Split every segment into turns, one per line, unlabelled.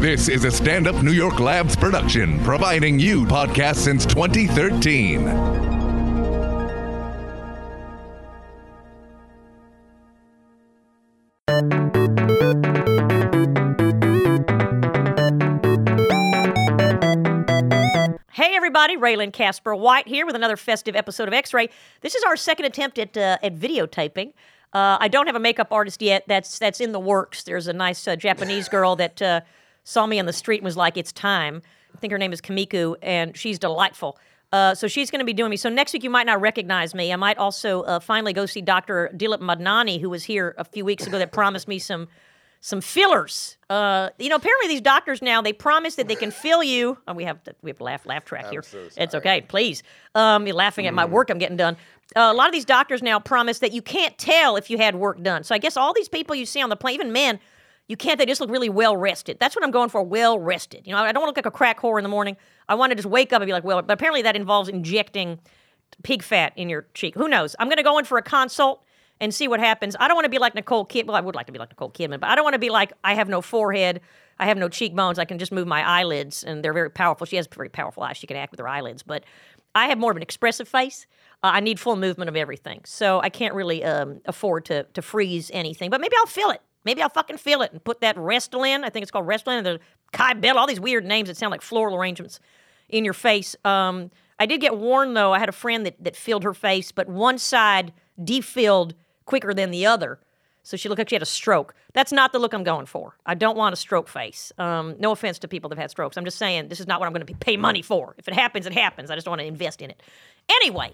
This is a stand up New York Labs production, providing you podcasts since 2013.
Hey, everybody, Raylan Casper White here with another festive episode of X Ray. This is our second attempt at, uh, at videotaping. Uh, I don't have a makeup artist yet. That's that's in the works. There's a nice uh, Japanese girl that uh, saw me on the street and was like, "It's time." I think her name is Kamiku, and she's delightful. Uh, so she's going to be doing me. So next week you might not recognize me. I might also uh, finally go see Dr. Dilip Madnani, who was here a few weeks ago, that promised me some some fillers. Uh, you know, apparently these doctors now they promise that they can fill you. Oh, we have to, we have to laugh laugh track here. It's okay, please. Um, you're laughing at my work. I'm getting done. Uh, a lot of these doctors now promise that you can't tell if you had work done. So I guess all these people you see on the plane, even men, you can't. They just look really well rested. That's what I'm going for. Well rested. You know, I don't want to look like a crack whore in the morning. I want to just wake up and be like, well. But apparently that involves injecting pig fat in your cheek. Who knows? I'm going to go in for a consult and see what happens. I don't want to be like Nicole Kidman. Well, I would like to be like Nicole Kidman, but I don't want to be like I have no forehead. I have no cheekbones. I can just move my eyelids, and they're very powerful. She has very powerful eyes. She can act with her eyelids, but I have more of an expressive face. Uh, I need full movement of everything, so I can't really um, afford to to freeze anything. But maybe I'll feel it. Maybe I'll fucking feel it and put that Restylane. I think it's called Restylane. and There's Kybell. All these weird names that sound like floral arrangements in your face. Um, I did get warned though. I had a friend that that filled her face, but one side defilled quicker than the other, so she looked like she had a stroke. That's not the look I'm going for. I don't want a stroke face. Um, no offense to people that have had strokes. I'm just saying this is not what I'm going to pay money for. If it happens, it happens. I just don't want to invest in it. Anyway,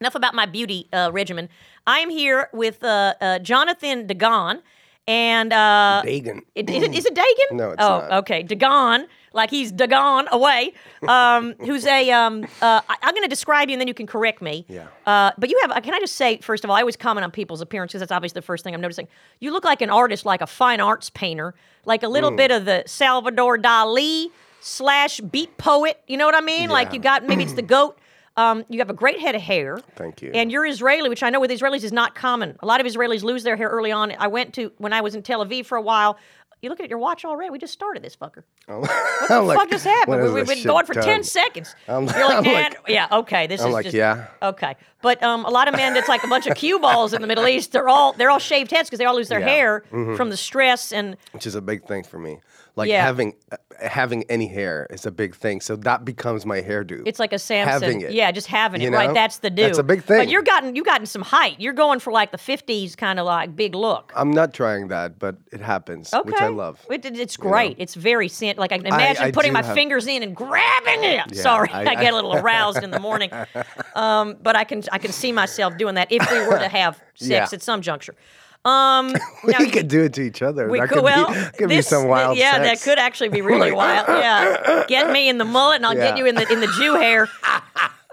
enough about my beauty uh, regimen. I am here with uh, uh, Jonathan Dagon. And uh,
Dagon.
it, is, it, is it Dagon?
Mm. No, it's
oh,
not.
okay. Dagon, like he's Dagon away, um, who's a, um, uh, I, am going to describe you and then you can correct me.
Yeah.
Uh, but you have, uh, can I just say, first of all, I always comment on people's appearances. That's obviously the first thing I'm noticing. You look like an artist, like a fine arts painter, like a little
Mm.
bit of the Salvador Dali slash beat poet. You know what I mean? Like
Yeah.
you got, maybe it's the goat. Um, you have a great head of hair.
Thank you.
And you're Israeli, which I know with Israelis is not common. A lot of Israelis lose their hair early on. I went to when I was in Tel Aviv for a while. You look at your watch already. We just started this fucker.
what
The fuck just happened? We, we've been going for ten seconds.
I'm-
You're like,
I'm
"Eh,
like-
yeah, okay. This
I'm
is
like,
just,
yeah.
okay. But um, a lot of men that's like a bunch of cue balls in the Middle East. They're all they're all shaved heads because they all lose their
Yeah. Mm-hmm.
hair from the stress and
Which is a big thing for me. Like
Yeah.
having uh, having any hair is a big thing. So that becomes my hairdo.
It's like a Samson.
Having it.
Yeah, just having it.
You
Right.
know?
That's the do.
That's a big thing.
But you're gotten you gotten some height. You're going for like the fifties kind of like big look.
I'm not trying that, but it happens,
Okay.
which I love.
It- it- it's great. It's very scent. Like I can imagine
I
putting
do
my
have-
fingers in and grabbing it.
Yeah,
Sorry, I,
I-
get a little aroused in the morning. Um, but I can I can see myself doing that if we were to have sex
Yeah.
at some juncture. Um, now,
we could do it to each other.
we
that
could,
could
well,
be, could
this- uh,
be some wild
Yeah,
sex.
that could actually be really wild. Yeah, get me in the mullet, and I'll get
Yeah.
you in the in the Jew hair.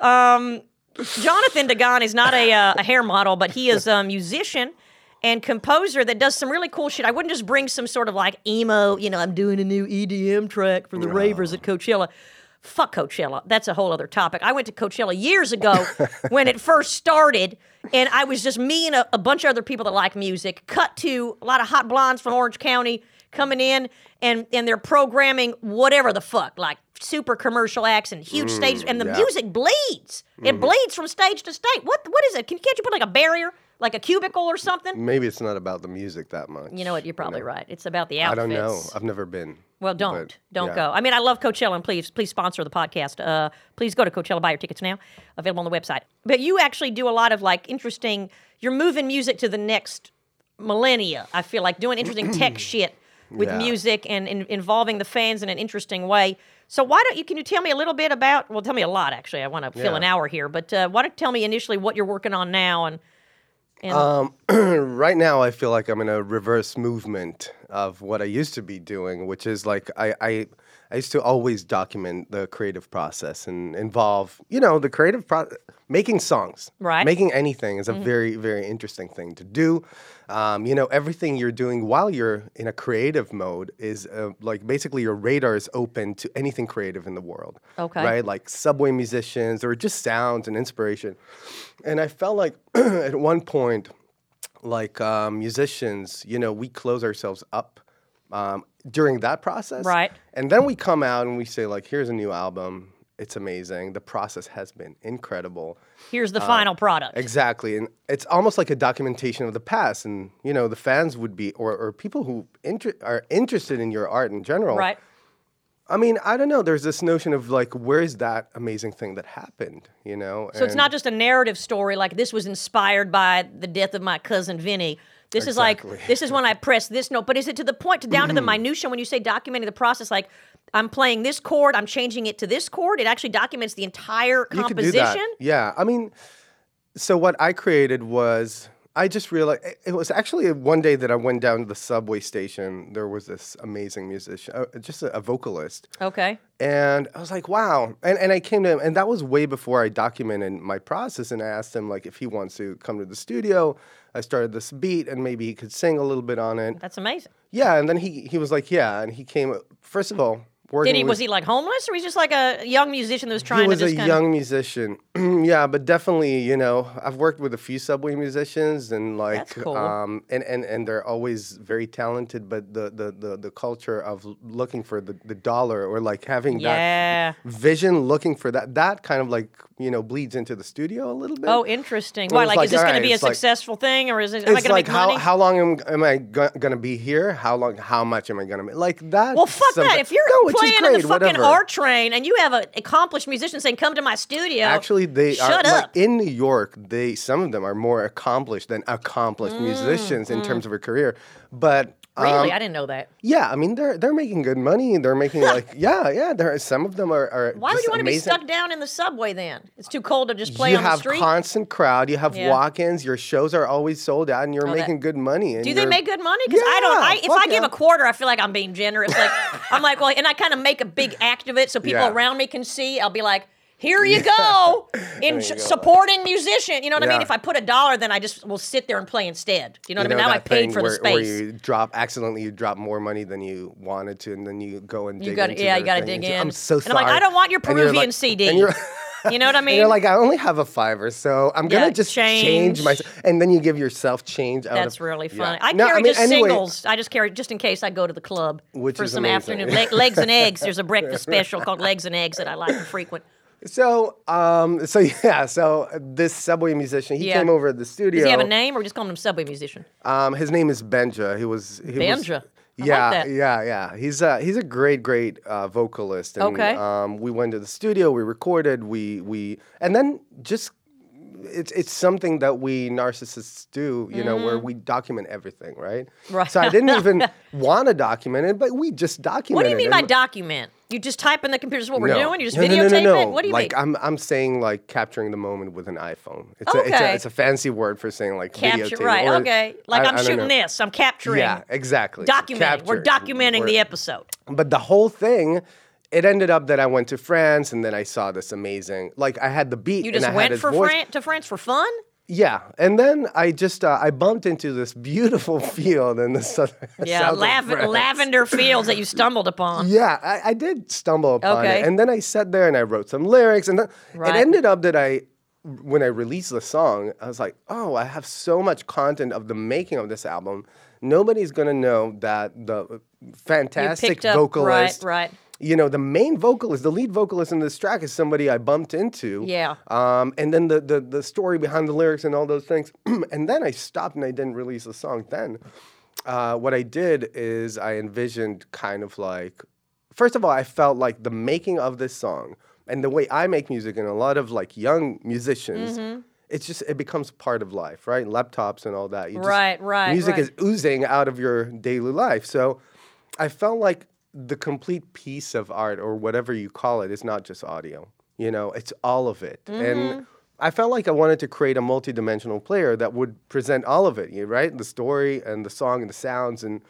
Um, Jonathan Dagon is not a, uh, a hair model, but he is a musician and composer that does some really cool shit. I wouldn't just bring some sort of like emo. You know, I'm doing a new EDM track for the ravers at Coachella. Fuck Coachella. That's a whole other topic. I went to Coachella years ago when it first started, and I was just me and a, a bunch of other people that like music. Cut to a lot of hot blondes from Orange County coming in, and and they're programming whatever the fuck, like super commercial acts and huge stages, and the
Mm, yeah. Mm-hmm.
music bleeds. It bleeds from stage to stage. What what is it? Can, can't you put like a barrier, like a cubicle or something?
Maybe it's not about the music that much.
You know what? You're probably right. It's about the
I
outfits.
don't know. I've never been.
Well, don't
but,
don't
yeah.
go. I mean, I love Coachella, and please please sponsor the podcast. Uh, please go to Coachella, buy your tickets now, available on the website. But you actually do a lot of like interesting. You're moving music to the next millennia. I feel like doing interesting tech shit with
Yeah.
music and, in involving the fans in an interesting way. So why don't you? Can you tell me a little bit about? Well, tell me a lot actually. I want to fill
Yeah.
an hour here, but uh, why don't you tell me initially what you're working on now and
right now I feel like I'm in a reverse movement of what I used to be doing, which is like I, I I used to always document the creative process and involve, you know, the creative pro making songs.
Right. Mm-hmm.
Making anything is a very, very interesting thing to do. Um, you know, everything you're doing while you're in a creative mode is uh, like basically your radar is open to anything creative in the world.
Okay.
Right? Like subway musicians or just sounds and inspiration. And I felt like at um, one point, like uh, musicians, you know, we close ourselves up um, during that process.
Right.
And then we come out and we say, like, here's a new album. It's amazing. The process has been incredible.
Here's
Uh,
the final product.
Exactly. And it's almost like a documentation of the past. And, you know, the fans would be, or, or people who inter- are interested in your art in general.
right.
I mean, I don't know. There's this notion of like, where is that amazing thing that happened? You know?
So it's not just a narrative story like this was inspired by the death of my cousin Vinny. This is like
Exactly. Mm-hmm.
this is when I press this note, but is it to the point to down to the minutia when you say documenting the process like I'm playing this chord, I'm changing it to this chord. It actually documents the entire
You could
composition.
do that. Yeah. I mean, so what I created was I just realized it- it was actually one day that I went down to the subway station. There was this amazing musician, uh, just a, a vocalist,
Okay.
and I was like, wow. And and I came to him, and that was way before I documented my process. And I asked him like if he wants to come to the studio. I started this beat, and maybe he could sing a little bit on it.
That's amazing.
Yeah, and then he he was like, yeah, and he came. First of all, working
Did he
with,
was he like homeless or he's just like a young musician that was trying
he was
to
a
just kind
young musician yeah but definitely you know i've worked with a few subway musicians and like
cool.
um and, and and they're always very talented but the the the, the culture of l- looking for the, the dollar or like having
Yeah.
that vision looking for that that kind of like you know bleeds into the studio a little bit
Oh, interesting.
It
Why
was
like,
like,
is this
all
going
right,
to be a
it's like-
successful thing or is it am I
it's
going
like
to make
how,
money?
how long am, am I go- gonna be here? How long? How much am I gonna make? Like that.
Well, fuck that. If you're playing in the fucking
whatever.
R train and you have an accomplished musician saying, "Come to my studio,"
Actually, they
shut
are like,
up.
in New York. They some of them are more accomplished than accomplished musicians in terms of a career. But um,
Mm, really, I didn't know that.
yeah, I mean they're they're making good money. They're making like yeah, yeah. There are, some of them are. are
Why would
just
you want to be
amazing.
stuck down in the subway then? It's too cold to just play
you
on the
have
street.
constant crowd. You have
Yeah.
walk-ins. Your shows are always sold out, and you're
that-
making good money. And
do they
you're-
make good money? Because I don't.
Yeah,
I, if
fuck
I give
yeah.
a quarter, I feel like I'm being generous. Like I'm like, well, and I kind of make a big act of it so people
Yeah.
around me can see. I'll be like, here you go, in
you go.
supporting musician. You know what I mean?
Yeah.
If I put a dollar, then I just will sit there and play instead. Do you know what I mean? Now
that
I paid
thing
for the
where, where
space.
you drop accidentally, you drop more money than you wanted to, and then you go and dig
You got
into
yeah,
their
you got to
thing
dig
and
in.
say, I'm so
and
sorry.
I'm like, I don't want your
And you're
Peruvian
like-
CD.
and you're-
you know what I mean?
And you're like, I only have a fiver, so I'm gonna
Yeah,
just
change.
change my. And then you give yourself change. Out
That's
of,
really
"Oh, yeah.
funny. I
No,
carry
I mean,
just
anyway,
singles. I just carry just in case I go to the club
Which
for
is
some
amazing.
afternoon le- legs and eggs. There's a breakfast special called Legs and Eggs that I like to frequent.
So, um, so yeah, so this subway musician, he
Yeah.
came over to the studio.
Does he have a name, or we just calling him Subway Musician?
Um, his name is Benja. He was he
Benja.
Was,
I like
yeah,
that.
yeah, yeah. He's a he's a great, great uh, vocalist. And,
Okay.
Um, we went to the studio. We recorded. We we and then just it's it's something that we narcissists do. You know, where we document everything, right?
Mm-hmm. Right.
So I didn't even want to document it, but we just documented.
What do you mean
it.
by document? You just type in the computer this is what we're doing. You just
no, no,
videotape
no, no, no.
it. What do you
like,
mean?
I'm I'm saying like capturing the moment with an iPhone. It's a, it's
Okay.
a it's a fancy word for saying like
Capture
videotape
right?
or-
okay. Like
I-
am
I don't
shooting
know.
this. I'm capturing.
Yeah, exactly.
Documenting. We're
Captured.
documenting the
We're-
episode.
But the whole thing, it ended up that I went to France and then I saw this amazing. Like I had the beat.
You
and
just
I had
went
his
for
voice.
France to France for fun.
Yeah, and then I just uh, I bumped into this beautiful field in the southern.
Yeah,
south of
lav-
France.
lavender fields that you stumbled upon.
Yeah, I, I did stumble upon
Okay.
it, and then I sat there and I wrote some lyrics, and then
Right.
it ended up that I, when I released the song, I was like, oh, I have so much content of the making of this album. Nobody's gonna know that the fantastic
picked up- right,
vocalist,
right.
You know, the main vocalist, the lead vocalist in this track is somebody I bumped into.
Yeah.
Um, and then the, the the story behind the lyrics and all those things. and then I stopped and I didn't release the song then. Uh, what I did is I envisioned kind of like, first of all, I felt like the making of this song and the way I make music and a lot of like young musicians, it's just, it becomes part of life, right? Laptops and all that. You just-
Right, right,
Music
right.
is oozing out of your daily life. So I felt like the complete piece of art or whatever you call it is not just audio. You know, it's all of it.
Mm-hmm.
And I felt like I wanted to create a multidimensional player that would present all of it, you right? The story and the song and the sounds and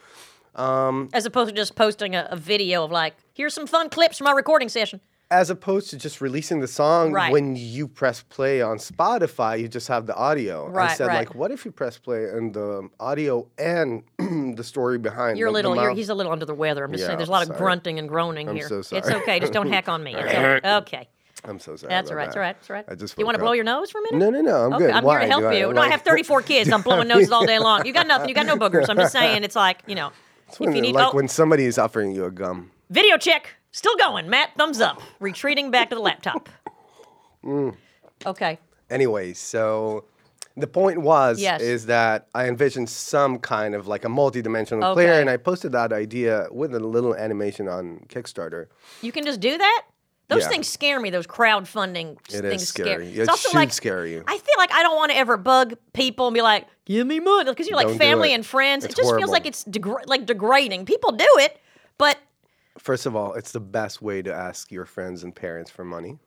as opposed to just posting a, a video of like, here's some fun clips from our recording session.
as opposed to just releasing the song
Right.
when you press play on Spotify, you just have the audio. I
Right,
said
right.
like, what if you press play and the audio and the story behind
You're a
the- the
little, you're,
mouth-
he's a little under the weather. I'm just
Yeah,
saying, there's a
I'm
lot of
sorry.
grunting and groaning here.
so sorry.
It's okay. Just don't hack on me. It's okay. okay.
I'm so sorry.
That's
about
right. That's
that.
right. That's right.
I just
you want to
woke
blow
up.
your nose for a minute?
No, no, no. I'm
Okay,
good.
I'm
Why?
here to help
Do
you. no, I
like-
have 34 kids. I'm blowing noses all day long. You got nothing. You got no boogers. I'm just saying, it's like you know,
It's when,
you need-
like
oh.
when somebody is offering you a gum.
Video check. Still going. Matt, thumbs up. Retreating back to the laptop.
Mm.
Okay.
Anyway, so the point was
Yes.
is that I envisioned some kind of like a multi-dimensional
Okay.
player, and I posted that idea with a little animation on Kickstarter.
You can just do that? Those
Yeah.
things scare me. Those crowdfunding
It is
things
scary.
scare.
It should scare you.
I feel like I don't want to ever bug people and be like, "Give me money," because you're like
Don't do
family
it.
and friends.
It's
it just feels
horrible.
like it's degra- like degrading. People do it, but
First of all, it's the best way to ask your friends and parents for money.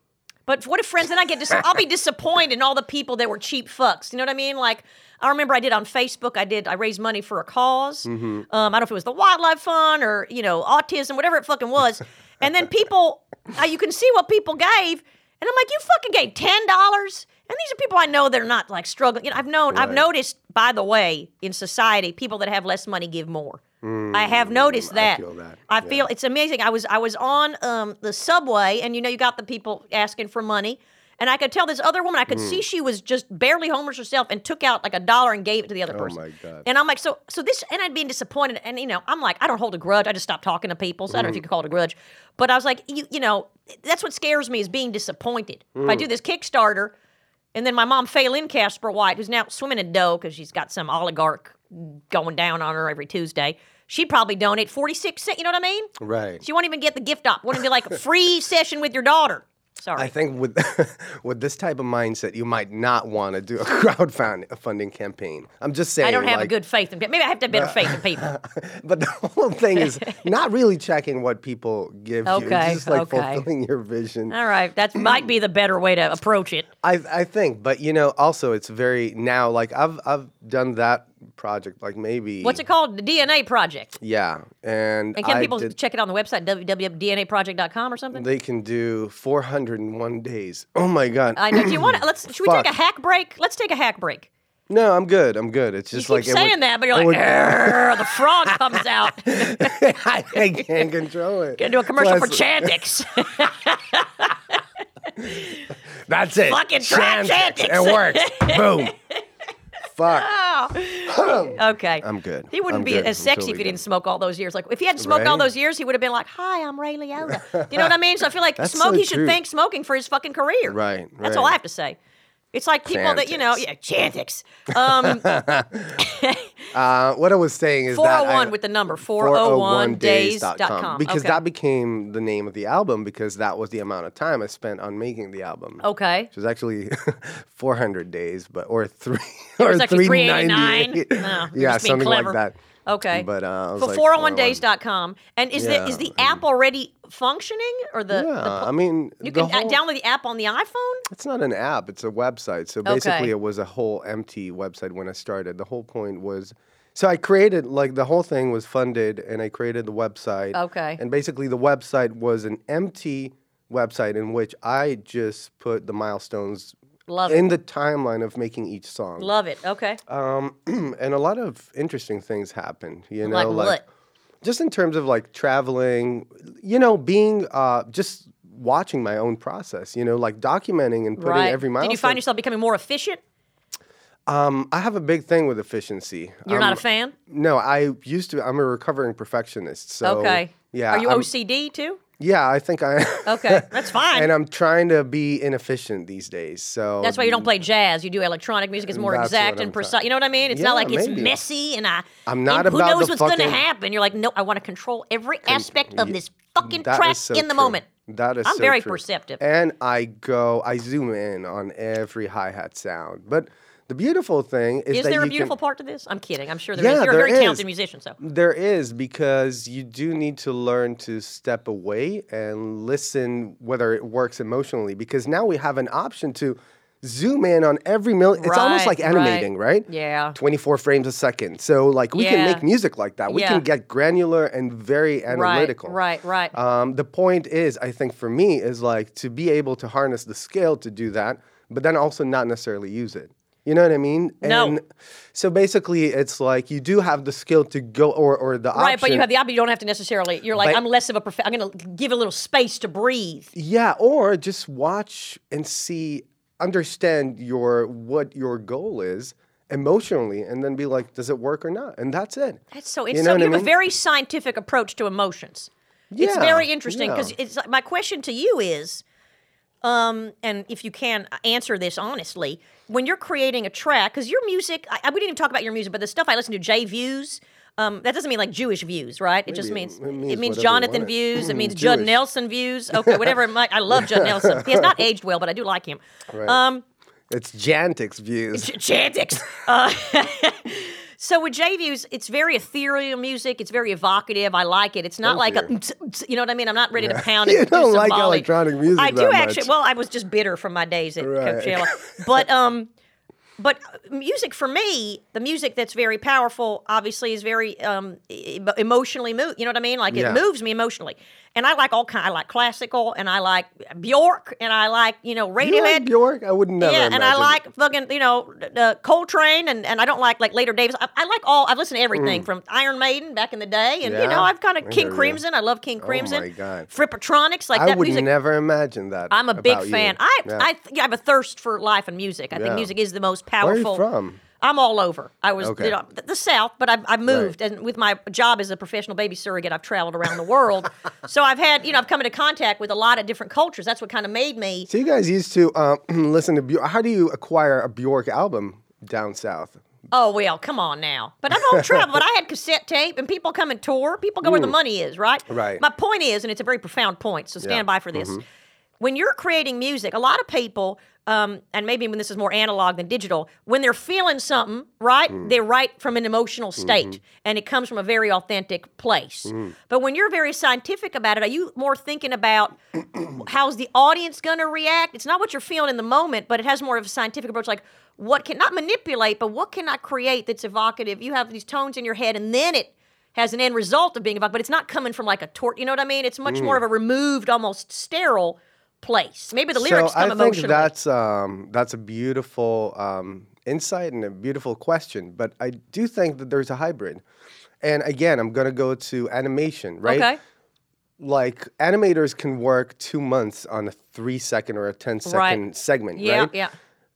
But what if friends and I get dis- I'll be disappointed in all the people that were cheap fucks. You know what I mean? Like I remember I did on Facebook. I did I raised money for a because.
Mm-hmm.
Um, I don't know if it was the wildlife fund or you know autism, whatever it fucking was. And then people, uh, you can see what people gave, and I'm like, you fucking gave ten dollars. And these are people I know that are not like struggling. You know, I've known, I've
Right.
noticed, by the way, in society, people that have less money give more. I have noticed
Mm, I
that.
feel that,
I
yeah.
feel it's amazing. I was I was on um, the subway, and you know, you got the people asking for money, and I could tell this other woman. I could
Mm.
see she was just barely homeless herself, and took out like a dollar and gave it to the other person.
Oh my God.
And I'm like, so so this, and I'd been disappointed, and you know, I'm like, I don't hold a grudge. I just stopped talking to people, so I don't know
Mm-hmm.
if you could call it a grudge, but I was like, you you know, that's what scares me is being disappointed. If
Mm.
I do this Kickstarter, and then my mom, Faylin Casper White, who's now swimming in dough because she's got some oligarch going down on her every Tuesday. She'd probably donate 46 cents. You know what I mean?
Right.
She won't even get the gift op. Wouldn't it be like a free session with your daughter? Sorry.
I think with with this type of mindset, you might not want to do a crowdfunding campaign. I'm just saying.
I don't have a
like,
good faith in people. Maybe I have to have better faith in people.
But the whole thing is not really checking what people give you.
Okay,
It's just like
okay.
fulfilling your vision.
All right. That might be the better way to approach it.
I I think, but you know, also it's very now. Like I've I've done that project. Like maybe
What's it called? The DNA Project.
Yeah, and
And can
I
people
did-
check it on the website, www.dnaproject.com or something?
they can do 401 days. Oh my god.
I know. Do you want to? Let's. Should we take a
Fuck.
hack break? Let's take a hack break.
no, I'm good. I'm good. It's
You
just
keep
like it
saying
would-
that, but you're
it
like,
would-
"Arr," the frog comes out.
I can't control it.
Gonna do a commercial for
Plus-
Chantix.
That's it.
Fucking try
Chantix.
Chantix.
It works. Boom. Fuck.
okay.
I'm good.
He wouldn't
I'm
be
good.
as
I'm
sexy
totally
if he
good.
didn't smoke all those years. Like if he hadn't smoked all
Right?
those years, he would have been like, "Hi, I'm Ray Liotta." Do you know what I mean? So I feel like
That's
Smokey
so
should
true.
thank smoking for his fucking career.
Right,
That's all
right.
I have to say. It's like people that you know,
Chantix.
yeah, Chantix. Um,
Uh, what I was saying is that
401
I-
with the number 401
401days.com
days.com.
because
okay.
that became the name of the album because that was the amount of time I spent on making the album.
okay.
Which was actually 400 days, but or three or
It's actually 389.
398.
No, you're
yeah,
Oh, just being
something
clever.
like that.
Okay.
But, uh, I was
for
like,
401days.com. And is the is
Yeah,
the app already functioning or the,
Yeah,
the pl-
I mean,
you
the
can uh,
whole-
download the app on the iPhone?
It's not an app, it's a website. So basically,
Okay.
it was a whole empty website when I started. The whole point was so I created, like, the whole thing was funded, and I created the website.
Okay.
And basically, the website was an empty website in which I just put the milestones
Love it.
in the timeline of making each song.
Love it. Okay.
Um, and a lot of interesting things happened, you know,
Like what?
just in terms of like traveling, you know, being uh, just watching my own process, you know, like documenting and putting
right.
every milestone.
Did you find yourself becoming more efficient?
Um, I have a big thing with efficiency.
You're not
Um,
a fan?
No, I used to. I'm a recovering perfectionist. So
okay.
yeah,
Are you
I'm-
OCD too?
Yeah, I think I.
Okay. That's fine.
and I'm trying to be inefficient these days. So
that's why you don't play jazz. You do electronic music. It's more
That's
exact
what
and
I'm
precise.
trying-
You know what I mean? It's not
Yeah,
like it's
maybe.
messy and I.
I'm not
and who
about
knows
the
what's going to
fucking-
happen. You're like, no, I want to control every aspect of this fucking
That is
track
so
in the
true.
moment.
That is
I'm
so
very
true.
perceptive.
And I go, I zoom in on every hi hat sound. But the beautiful thing is,
Is
that
there a
you
beautiful
can,
part to this? I'm kidding. I'm sure there is.
Yeah,
You're a
there
very talented
is.
musician, so.
There is because you do need to learn to step away and listen whether it works emotionally because now we have an option to zoom in on every mil. It's almost
Right,
like
right.
animating, right?
Yeah.
24 frames a second. So like we can
Yeah.
make music like that. We
Yeah.
can get granular and very analytical.
Right, right, right.
Um, the point is, I think for me is like to be able to harness the scale to do that, but then also not necessarily use it. You know what I mean?
No.
And so basically, it's like you do have the skill to go or or the
Right, but you
option-
have the option. You don't have to necessarily. You're like,
But-
I'm less of a. Prof- I'm going to give a little space to breathe.
yeah, or just watch and see, understand your what your goal is, emotionally and then be like, does it work or not? And that's it.
That's so
You
it's
know
so
what
you
I
have a
mean?
very scientific approach to emotions. it's
Yeah,
very interesting because
yeah.
it's like- my question to you is, um, and if you can answer this honestly, when you're creating a track, because your music, I, I- we didn't even talk about your music, but the stuff I listen to, J Views. Um, that doesn't mean like Jewish views, right? It just
Maybe
means
it-
it
it
means,
means whatever you
Jonathan
want it.
views. It means Judd
Jewish.
Nelson views. Okay, whatever it might. I love Judd Nelson. He has not aged well, but I do like him.
Right.
Um,
it's Jantic's views.
Ch- Chantix. Uh, so with J Views, it's very ethereal music. It's very evocative. I like it. It's not
Thank
like a,
you.
"Mm, tsk, tsk," you know what I mean. I'm not ready to pound it.
Oh, You
and do
don't
some
like
volley.
electronic music
I do
that
actually.
much.
Well, I was just bitter from my days at
Right.
Coachella, but um. But uh, music for me, the music that's very powerful, obviously, is very um, e- emotionally moved. You know what I mean? Like
Yeah.
it moves me emotionally, and I like all kind. I like classical, and I like Bjork, and I like you know Radiohead.
You like Bjork? I would never.
Yeah, and I
imagine.
like fucking you know uh, Coltrane, and, and I don't like like later Davis. I, I like all. I've listened to everything from Iron Maiden back in the day, and you
Mm. Yeah?
know I've kind of
I
King
never-
Crimson. I love King Crimson.
my God.
Frippatronics, like
I
that
would
music.
never imagine that.
I'm a big
about you.
fan. I
Yeah.
I, th- I have a thirst for life and music. I think
Yeah.
music is the most
Where are
powerful.
you from?
I'm all over. I was
Okay.
you know, th- the South, but I've, I've moved, and with my job as a professional baby surrogate, I've traveled around the world. so I've had, you know, I've come into contact with a lot of different cultures. That's what kind of made me.
So you guys used to um, listen to Bjork. How do you acquire a Bjork album down south?
Oh well, come on now. But I'm on travel, but I had cassette tape, and people come and tour. People go where the money is, right?
Right.
My point is, and it's a very profound point. So stand
Yeah. Mm-hmm.
by for this. When you're creating music, a lot of people, um, and maybe when this is more analog than digital, when they're feeling something, right,
Mm.
they write from an emotional
Mm-hmm.
state, and it comes from a very authentic place.
Mm.
But when you're very scientific about it, are you more thinking about how's the audience going to react? It's not what you're feeling in the moment, but it has more of a scientific approach. Like, what can not manipulate, but what can I create that's evocative? You have these tones in your head, and then it has an end result of being evocative, but it's not coming from like a tort. You know what I mean? It's much more of a removed, almost sterile place. Maybe the lyrics
Mm. so
come
I
emotionally.
think that's um, that's a beautiful um, insight and a beautiful question. But I do think that there's a hybrid. And again, I'm gonna go to animation, right?
okay.
Like animators can work two months on a three second or a 10 second segment,
Yeah,
right?
yeah.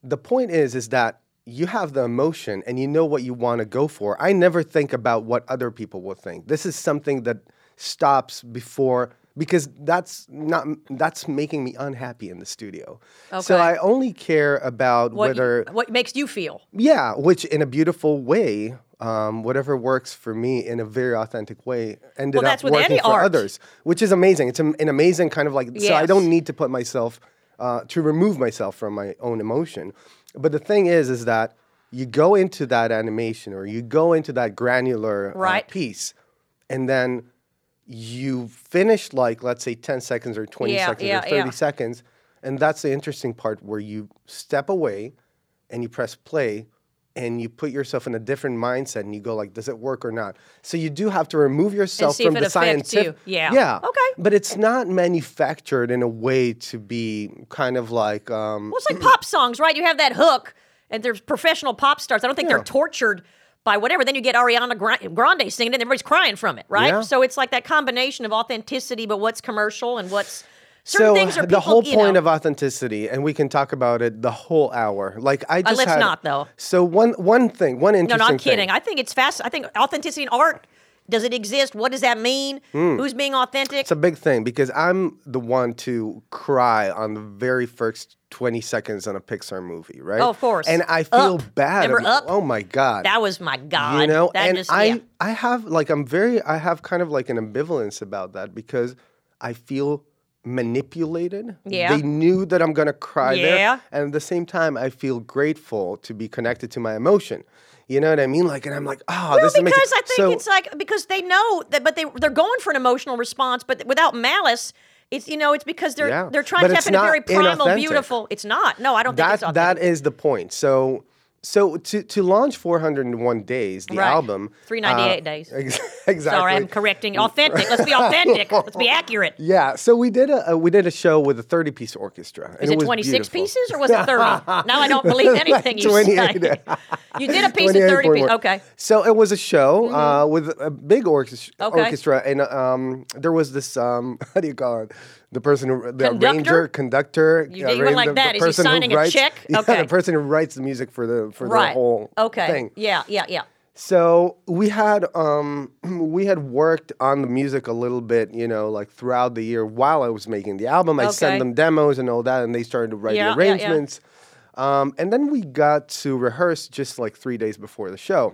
the point is is that you have the emotion and you know what you want to go for i never think about what other people will think this is something that stops before because that's not that's making me unhappy in the studio so
Okay.
i only care about
What,
whether
what makes you feel?
yeah which in a beautiful way um, whatever works for me in a very authentic way ended
Well, that's
up
with
working
any
for
art.
others which is amazing it's am- an amazing kind of like so i
Yes.
don't need to put myself uh, to remove myself from my own emotion but the thing is is that you go into that animation or you go into that granular uh,
Right.
piece and then you finish like let's say 10 seconds or 20
Yeah,
seconds
yeah,
or 30
yeah.
seconds and that's the interesting part where you step away and you press play and you put yourself in a different mindset and you go like does it work or not so you do have to remove yourself
see
from
if it
the
affects you.
scientific
Yeah.
yeah
Okay.
but it's not manufactured in a way to be kind of like um,
Well, it's like pop songs, right? You have that hook, and there's professional pop stars. I don't think they're
Yeah.
tortured by whatever. Then you get Ariana Gra- Grande singing, it, and everybody's crying from it, right?
Yeah.
So it's like that combination of authenticity, but what's commercial and what's certain
so
things are people,
the whole
you
point
know,
of authenticity, and we can talk about it the whole hour. Like I just
Uh, let's
had-
not, though.
So one one thing, one
No,
interesting
no, I'm
thing.
kidding. I think it's fast. I think authenticity in art. Does it exist? What does that mean?
Hmm.
Who's being authentic?
It's a big thing because I'm the one to cry on the very first 20 seconds on a Pixar movie, right?
Oh, of course.
And I feel
Up.
bad.
Remember Up?
about- Oh my god.
that was my god.
you know,
that
and
just,
I
yeah.
I have like I'm very I have kind of like an ambivalence about that because I feel manipulated.
Yeah.
They knew that I'm gonna cry
Yeah.
there. And at the same time I feel grateful to be connected to my emotion. You know what I mean? Like and I'm like, oh,
Well,
this is
because
amazing.
I think
So-
it's like because they know that, but they they're going for an emotional response, but without malice. It's you know it's because they're
Yeah.
they're trying
But
to tap
it's
in a very
not
primal,
inauthentic.
beautiful. It's not. No, I don't think it's
that that
authentic.
is the point. So so to to launch 401 days, the
Right.
album uh,
398 days.
ex- exactly.
Sorry, I'm correcting. Authentic. Let's be authentic. Let's be accurate.
Yeah, so we did a, a we did a show with a 30 piece orchestra. and
Is it
was
26
beautiful.
pieces or was it 30? now I don't believe anything you say.
28.
you did a piece of
28
30 pieces.
point one.
Okay. Mm-hmm.
So it was a show uh, with a big orchestra,
Okay.
orchestra and um, there was this um, how do you call it? The person who the
Conductor?
arranger, conductor.
You did- you went like
the,
that.
the
Is he
person who
signing a
writes-
check?
Yeah,
Okay.
the person who writes the music for the for
right.
the whole
okay.
thing.
Yeah, yeah, yeah.
So we had um, we had worked on the music a little bit, you know, like throughout the year while I was making the album. I
Okay.
sent them demos and all that, and they started to write
Yeah,
the
yeah, yeah.
arrangements. Um, and then we got to rehearse just like three days before the show.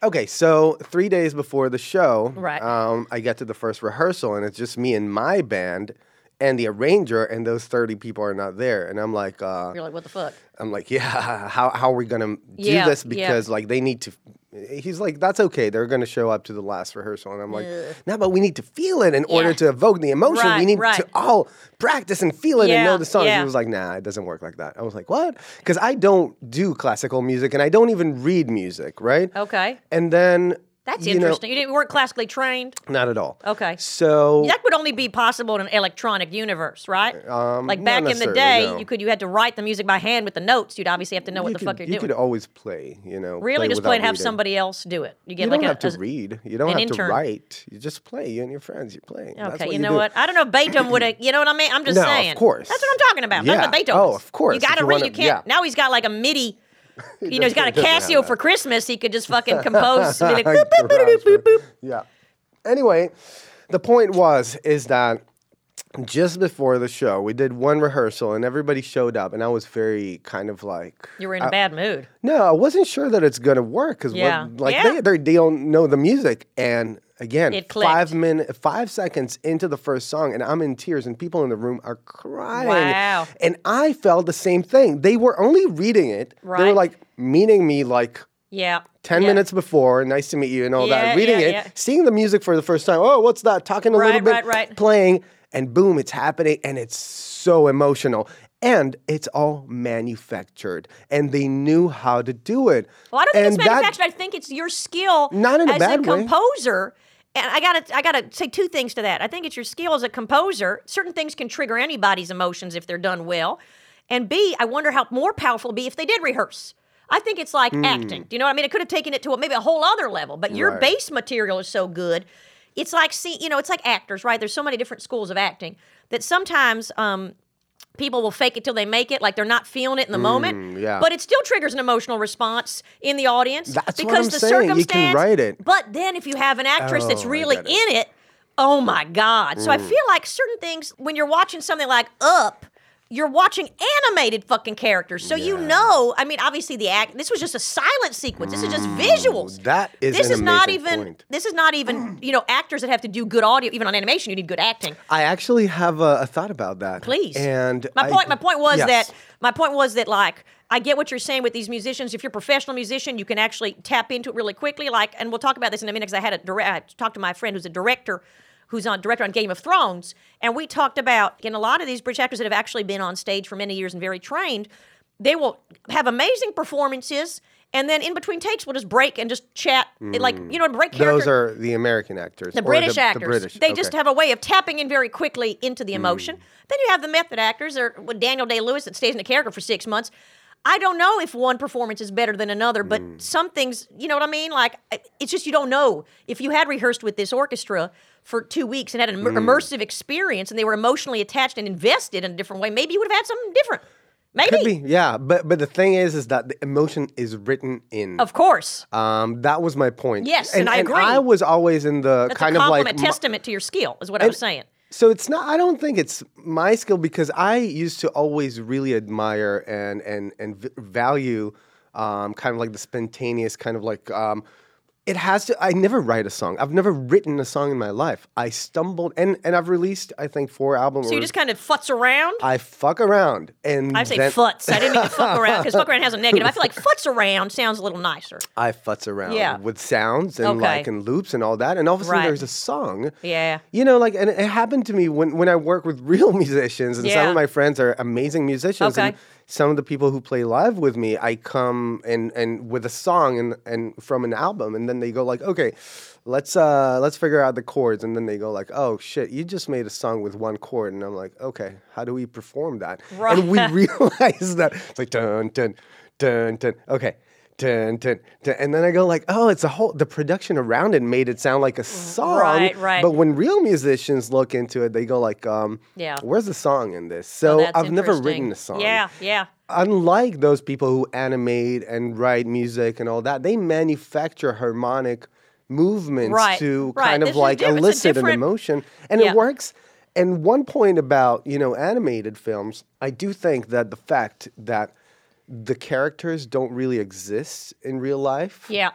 Okay, so three days before the show,
Right.
um, I get to the first rehearsal, and it's just me and my band and the arranger, and those thirty people are not there, and I'm like, uh,
You're like, what the fuck?
I'm like, yeah, how, how are we going to do
Yeah,
this?
yeah.
Because, like, they need to. He's like, that's okay. They're going to show up to the last rehearsal. And I'm like, no, but we need to feel it in order
Yeah.
to evoke the emotion.
Right,
we need
right.
to all practice and feel it and
Yeah,
know the songs.
yeah.
He was like, nah, it doesn't work like that. I was like, what? Because I don't do classical music and I don't even read music, right?
Okay.
And then.
Oh. That's
you know-
interesting. you didn't weren't classically trained.
not at all.
Okay.
So.
That would only be possible in an electronic universe, right? like
Uh, um, not
back in the
necessarily,
day,
no.
you could you had to write the music by hand with the notes. You'd obviously have to know what
you
the
could,
fuck you're
you
doing.
could always play, you know.
really, just play
without
and have
reading.
somebody else do it. You get
You
like
don't
a,
have
a-
to read. You don't
an
have
intern.
to write. You just play. You and your friends, you play. That's
Okay,
what
you,
you
know
do.
what? I don't know. Beethoven would have. You know what I mean? I'm just
No, of
saying.
course.
That's what I'm talking about. That's
Yeah.
what Beethoven.
Oh,
is.
of course.
You
If
got to
you
read.
wanna-
you can't.
yeah.
Now he's got like a MIDI. You know, he's got a
doesn't Oh, have
Casio
that.
for Christmas. He could just fucking compose. and be like,
Garage
boop, boop, boop, boop, boop,
band.
boop.
Yeah. Anyway, the point was is that just before the show, we did one rehearsal and everybody showed up, and I was very kind of like,
You were in a bad mood.
no, I wasn't sure that it's gonna work because
Yeah.
like
Yeah.
they, they they don't know the music, and again,
It clicked.
five minute, five seconds into the first song, and I'm in tears, and people in the room are crying.
Wow.
And I felt the same thing. They were only reading it. They were
Right.
like meaning me like.
Yeah.
10
yeah.
minutes before, nice to meet you, and all
Yeah,
that. Reading
yeah,
it,
yeah.
seeing the music for the first time. Oh, what's that? Talking a little
Right,
bit,
right, right.
playing, and boom, it's happening, and it's so emotional. And it's all manufactured, and they knew how to do it.
Well, I don't think
and
it's manufactured. I think it's your skill
Not in a
as
bad
a
way.
composer. And I gotta, I gotta say two things to that. I think it's your skill as a composer. Certain things can trigger anybody's emotions if they're done well. And B, I wonder how more powerful it'd be if they did rehearse. I think it's like acting. Do you know what I mean? It could have taken it to a, maybe a whole other level. But your
Hmm. Right.
base material is so good. It's like see, you know, it's like actors, right? There's so many different schools of acting that sometimes um, people will fake it till they make it, like they're not feeling it in the moment.
Mm, yeah.
But it still triggers an emotional response in the audience
That's what
because
I'm
the
saying. You can
circumstance.
write it.
But then if you have an actress that's
Oh, I
really
get it. Mm.
in it, oh my God. So I feel like certain things when you're watching something like Up. You're watching animated fucking characters, so you know. I mean, obviously the act. This was just a silent sequence. This is just visuals.
Mm, that is
This
an
is not
amazing
even.
point.
This is not even. You know, actors that have to do good audio. Even on animation, you need good acting.
I actually have a, a thought about that.
Please.
And
my
I-
point, my point was
Yes.
that my point was that like I get what you're saying with these musicians. If you're a professional musician, you can actually tap into it really quickly. Like, and we'll talk about this in a minute because I had a direct. I talked to my friend who's a director, who's on director on Game of Thrones, and we talked about and a lot of these British actors that have actually been on stage for many years and very trained. They will have amazing performances, and then in between takes, we'll just break and just chat, like you know, break character.
Mm. Those are the American actors.
The
or
British actors.
The British.
They
okay. Hmm.
just have a way of tapping in very quickly into the emotion. Then you have the method actors, or with Daniel Day Lewis that stays in a character for six months. I don't know if one performance is better than another, but
Hmm.
some things, you know what I mean? Like, I- it's just you don't know. If you had rehearsed with this orchestra for two weeks and had an
Hmm.
immer- immersive experience and they were emotionally attached and invested in a different way, maybe you would have had something different. Maybe.
Could be, yeah. But but the thing is, is that the emotion is written in.
Of course.
Um, that was my point.
Yes, and I agree.
I was always in the
That's
kind
a
of like
compliment,
mi-
testament to your skill, is what I was saying.
so it's not. I don't think it's my skill because I used to always really admire and and and v- value, um, kind of like the spontaneous kind of like. Um, it has to. I never write a song. I've never written a song in my life. I stumbled and and I've released I think four albums.
So you just kind of futz around?
I fuck around and
I say
then
futz. I didn't mean to fuck around because fuck around has a negative. I feel like futz around sounds a little nicer.
I futz around
Yeah.
with sounds and
Okay.
like and loops and all that, and all of a sudden
Right.
there's a song.
Yeah.
You know, like, and it happened to me when, when I work with real musicians, and some
Yeah.
of my friends are amazing musicians. And
Okay.
some of the people who play live with me, I come and and with a song and and from an album, and then they go like, okay, let's uh let's figure out the chords, and then they go like, oh shit, you just made a song with one chord, and I'm like, okay, how do we perform that? And we realize that it's like dun dun dun dun. Okay. Dun, dun, dun. And then I go like, oh, it's a whole. The production around it made it sound like a song,
Right, right.
But when real musicians look into it, they go like, um,
Yeah.
where's the song in this?" So
That's
Oh, I've never
interesting.
written a song.
Yeah, yeah.
unlike those people who animate and write music and all that, they manufacture harmonic movements
Right,
to
right.
kind
This
of
is
like
diff- it's a
elicit an
different-
emotion, and
Yeah.
it works. And one point about you know animated films, I do think that the fact that the characters don't really exist in real life,
Yeah.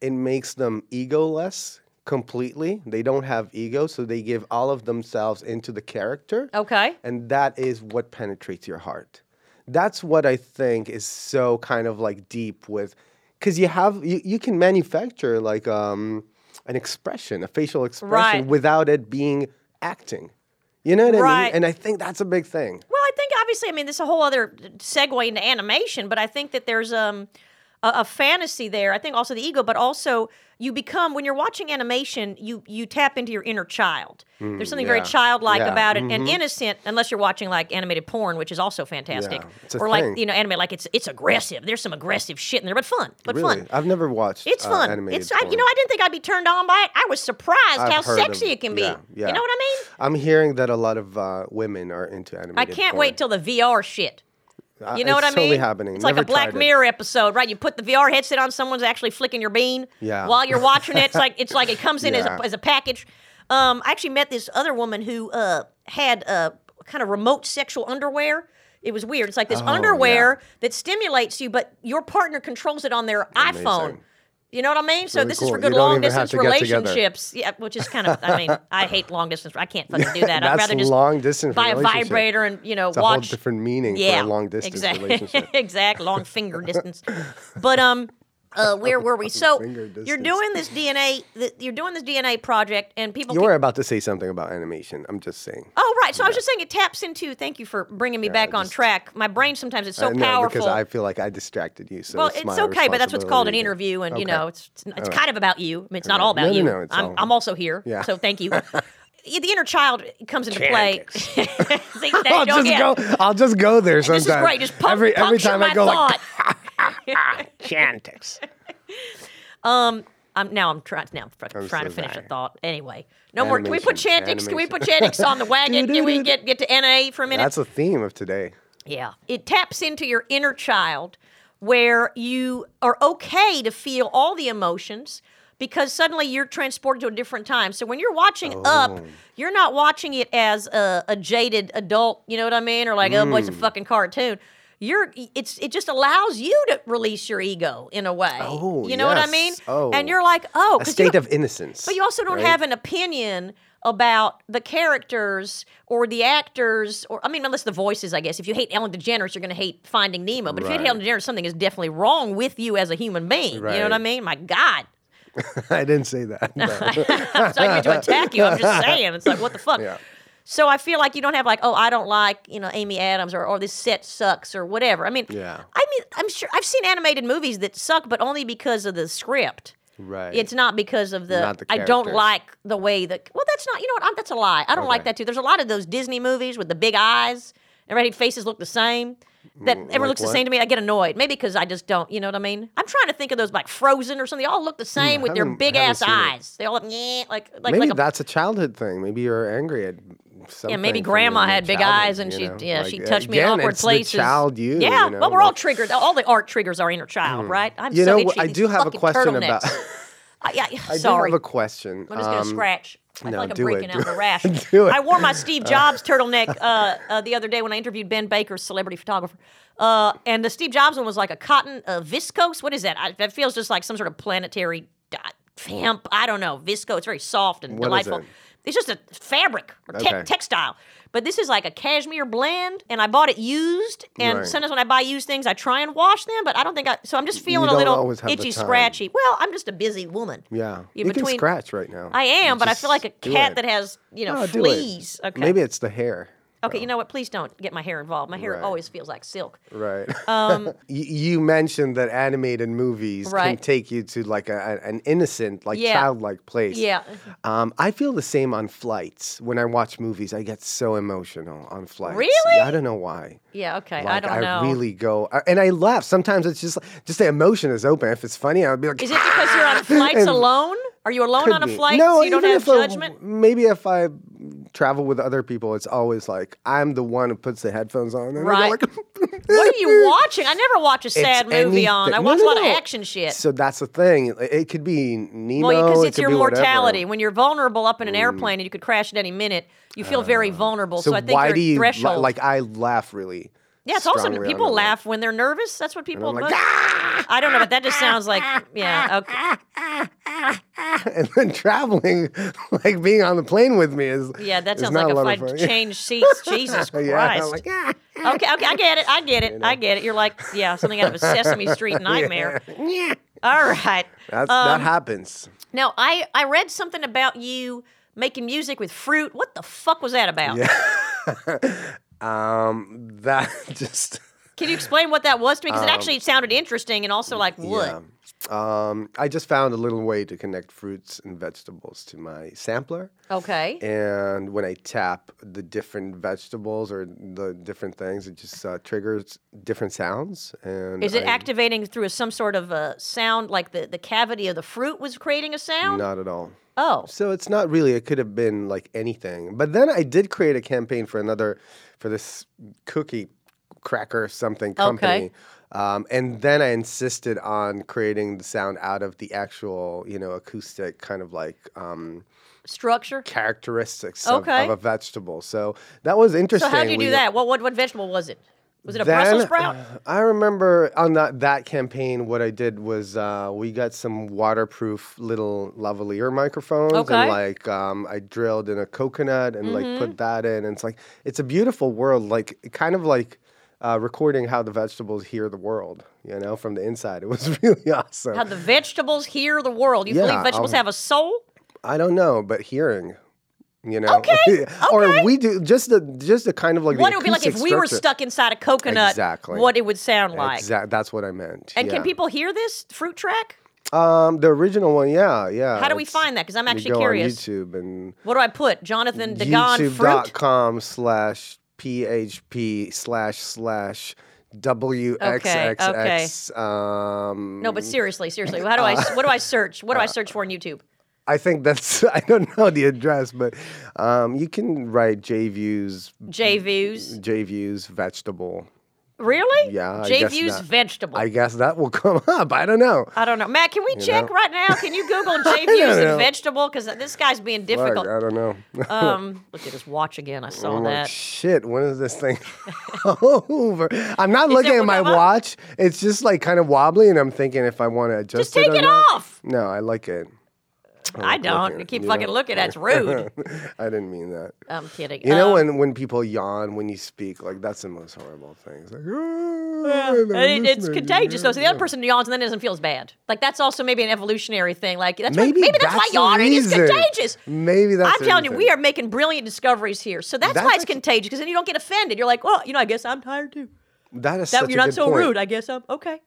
it makes them egoless completely. They don't have ego, so they give all of themselves into the character.
Okay.
And that is what penetrates your heart. That's what I think is so kind of like deep with because you have you, you can manufacture like um an expression, a facial expression
Right.
without it being acting. You know what I
Right.
mean? And I think that's a big thing.
Well, I think obviously, I mean, this is a whole other uh, segue into animation, but I think that there's um, a, a fantasy there. I think also the ego, but also you become when you're watching animation, you you tap into your inner child. there's something very
Mm, yeah.
childlike
Yeah, Mm-hmm.
about it and innocent, unless you're watching like animated porn, which is also fantastic,
Yeah, it's a
or like
thing.
you know, anime, like it's it's aggressive. There's some aggressive shit in there, but fun, but
Really.
fun.
I've never watched
It's
uh,
fun.
animated
it's I, you
porn.
know I didn't think I'd be turned on by it. I was surprised
I've
how
heard of-
sexy it can be.
yeah, yeah.
You know what I mean?
I'm hearing that a lot of uh, women are into animated.
I can't
porn.
wait till the VR shit.
Uh,
You know what I
it's
mean?
totally happening.
It's like
Never
a Black
tried it.
Mirror episode, right? You put the VR headset on, someone's actually flicking your bean
Yeah.
while you're watching it. It's like it's like it comes in
Yeah.
as, a, as a package. Um, I actually met this other woman who uh, had uh, kind of remote sexual underwear. It was weird. It's like this
Oh,
underwear that stimulates you, but your partner controls it on their iPhone. You know what I mean? so
really
this is
cool.
for good
You don't
long
even have
distance
to get together.
relationships. Yeah, which is kind of I mean, I hate long distance. I can't fucking do that. I'd
That's
rather just
long distance
buy a
relationship.
vibrator and, you know,
It's a
watch
whole different meaning for a long distance
exact-
relationship.
exact, long finger distance. But um, uh, where were we? So
Finger
you're
distance.
doing this DNA, th- you're doing this DNA project, and people.
You
keep-
were about to say something about animation. I'm just saying.
oh right, so I was just saying it taps into. Thank you for bringing me back on track. My brain sometimes it's so
I know,
powerful.
Uh, because I feel like I distracted you. So
well,
it's,
it's
my
okay, but that's what's called an
responsibility.
interview, and you
Okay.
know, it's it's, it's kind of about you. I mean, it's not all
No,
about
no,
you.
no, it's
I'm,
all-
I'm also here,
Yeah.
so thank you. Yeah, the inner child comes into play. See, that you
I'll
don't
just
get.
go. I'll just go there
This
sometimes.
is great. Just pump,
every every
puncture
time
my
I go "Ah,
thought.
like Chantix.
I'm now I'm trying now I'm fr- trying to
so
finish a
sorry.
thought. Anyway, no more. Can we put
Animation,
Chantix? Can we put
animation.
Chantix on the wagon? Can we get get to NA for a minute?
That's a theme of today.
yeah, it taps into your inner child, where you are okay to feel all the emotions because suddenly you're transported to a different time. So when you're watching Up,
Oh.
you're not watching it as a, a jaded adult. You know what I mean? Or like, oh boy, it's
Mm.
a fucking cartoon. You're, it's it just allows you to release your ego in a way.
Oh,
you know what I
yes.
mean?
Oh.
and you're like, oh,
A
'cause you
state
don't-
of innocence.
but you also don't
right?
have an opinion about the characters or the actors, or I mean, unless the voices, I guess. If you hate Ellen DeGeneres, you're going to hate Finding Nemo. But if you hate
Right.
Ellen DeGeneres, something is definitely wrong with you as a human being. You know what I
Right.
mean? My God,
I didn't say that. No.
it's not even to attack you. I'm just saying. It's like what the fuck.
Yeah.
So I feel like you don't have like, oh, I don't like you know Amy Adams or or this set sucks or whatever. I mean,
Yeah.
I mean, I'm sure I've seen animated movies that suck, but only because of the script.
Right.
It's not because of the,
Not the
I don't
characters.
like the way that. Well, that's not. You know what? I'm, that's a lie. I don't like
Okay.
that too. There's a lot of those Disney movies with the big eyes. Everybody's faces look the same. That everyone
Mm, like
looks the
what?
same to me. I get annoyed. Maybe because I just don't. You know what I mean? I'm trying to think of those like Frozen or something. They all look the same with their
Hmm, haven't-
big
haven't
ass
seen it.
eyes. They all look yeah, like like
Maybe
like a
that's a childhood thing. Maybe you're angry at something.
yeah, maybe
from
grandma
your
had big
childhood,
eyes and
you
she
know?
yeah
Like, uh,
she touched me in
again,
awkward
it's
places.
The child you.
yeah,
you know?
well we're
like- Hmm.
all triggered. All the art triggers are inner child, right? I'm
You
so
know,
itchy.
I
these
do have a
fucking
question about-
turtlenecks. I, yeah,
I do
sorry,
have a question.
I'm just gonna
Um,
scratch. I feel
no,
like I'm
do it,
breaking out
do
in a
it,
rash.
do it.
I wore my Steve Jobs turtleneck uh, uh, the other day when I interviewed Ben Baker, celebrity photographer. Uh, and the Steve Jobs one was like a cotton uh, viscose. What is that? I, that feels just like some sort of planetary dot, hemp. I don't know. Visco. It's very soft and
What is
delightful.
it?
It's just a fabric or te-
Okay.
textile. But this is like a cashmere blend, and I bought it used. And
Right.
sometimes when I buy used things, I try and wash them, but I don't think I. So I'm just feeling a
don't
little
always have the
itchy,
time.
scratchy. Well, I'm just a busy woman.
Yeah,
Yeah,
you
between-
can scratch right now.
I am,
You
but I
just
feel like a
do
cat
it.
that has, you know,
No, do it.
fleas. Okay.
Maybe it's the hair.
okay, you know what? Please don't get my hair involved. My hair
Right.
always feels like silk.
Right. Um, you mentioned that animated movies can
Right.
take you to like a, an innocent, like
Yeah.
childlike place.
Yeah.
Um, I feel the same on flights. When I watch movies, I get so emotional on flights.
Really?
I don't know why.
Yeah, okay. I
Like,
don't know.
really go, I- and I laugh. Sometimes it's just just the emotion is open. If it's funny, I would be like,
Is it because you're on flights
And-
alone? Are you alone
could
on a
be.
flight
No,
so you don't
even
have
if I-
judgment?
maybe if I travel with other people, it's always like I'm the one who puts the headphones on. And
Right. What are you watching? I never watch a sad
It's
movie on.
anything-
I
No,
watch
no,
a lot of
no.
action shit.
So that's the thing. It- It could be Nemo.
well, because
it
it's
could
your
be whatever. Mm.
mortality. When you're vulnerable up in an airplane and you could crash at any minute, you feel very vulnerable. So,
Uh, So
I think
why
your
do you la-
threshold.
like? I laugh really.
yeah, it's also
strongly on
people
it, like-
laugh when they're nervous. That's what people.
I'm like, "Ah!"
most- I don't know, but that just sounds like yeah. Okay,
and then traveling, like being on the plane with me is
yeah, that
is
sounds
not
like
a lot
if I
of fun.
change seats. Jesus Christ.
yeah, I'm like, ah,
okay, okay, I get it. I get it. I get it. You're like yeah, something out of a Sesame Street nightmare.
yeah.
All right.
That's, that
Um,
happens.
Now, I, I read something about you making music with fruit. What the fuck was that about?
Um, that just
Can you explain what that was to me? Because
Um,
it actually sounded interesting and also like what?
yeah. Um, I just found a little way to connect fruits and vegetables to my sampler.
Okay.
and when I tap the different vegetables or the different things, it just uh, triggers different sounds. And
Is it
I-
activating through some sort of a sound, like the, the cavity of the fruit was creating a sound?
Not at all.
Oh,
So it's not really. It could have been like anything. But then I did create a campaign for another, for this cookie cracker something company. Um, and then I insisted on creating the sound out of the actual, you know, acoustic kind of like um,
structure.
characteristics of,
Okay.
of a vegetable. So that was interesting.
So how did you
We-
do that? What, what what vegetable was it? Was it a
Then,
Brussels sprout?
uh, I remember on that, that campaign, what I did was uh, we got some waterproof little lavalier microphones,
Okay. Mm-hmm.
and like um, I drilled in a coconut and like put that in, and it's like it's a beautiful world, like kind of like uh, recording how the vegetables hear the world, you know, from the inside. It was really awesome.
How the vegetables hear the world? You
Yeah,
believe vegetables
um,
have a soul?
I don't know, but hearing. You know,
Okay,
or we do just the just the kind of like the
What it would be like if
acoustic
we were
structure.
stuck inside a coconut?
Exactly.
What it would sound like?
Exact, that's what I meant.
And
yeah.
can people hear this fruit track?
Um, the original one, yeah, yeah.
How do we
Uh, it's-
find that? Because I'm
you
actually
go
curious.
on YouTube and
What do I put? Jonathan Dagon fruit.
youtube.com slash php slash slash wxxx. Um,
No, but seriously, seriously, how do I?
Uh,
What do I search? What do I search for on YouTube?
I think that's I don't know the address, but um, you can write jviews uh,
JViews.
jviews vegetable.
Really?
Yeah, I guess
JViews
not.
vegetable.
I
I,
guess that will come up. I don't know.
don't know. Matt, can we check
know?
right now? Can you Google JViews
know. uh,
and vegetable? Because this guy's being
Fuck,
difficult.
I don't know.
um, look at his watch again. I saw
I'm like,
that.
Oh, shit, when is this thing over? I'm not looking
it
at my
whatever?
watch. It's just like kind of wobbly, and I'm thinking if I want to
Just
adjust
take
or
it
not.
off.
No, I like it.
I don't.
looking,
You keep
Oh, you
fucking
know?
looking at it. It's rude.
I didn't mean that.
I'm kidding.
You know
Um,
when when people yawn when you speak, like that's the most horrible thing. It's like, "Oh,
Yeah.
they're
And it- it's
listening."
contagious though. So the other person yawns and then doesn't feel as bad. Like that's also maybe an evolutionary thing. Like that's why,
Maybe,
maybe that's, why
the
yawning is
reason.
contagious.
Maybe that's.
I'm telling you, we are making brilliant discoveries here. So that's,
That's
why it's
actually-
contagious because then you don't get offended. You're like, well, you know, I guess I'm tired too.
That is
That
such
you're
a
not
good
so
point.
rude. I guess I'm okay.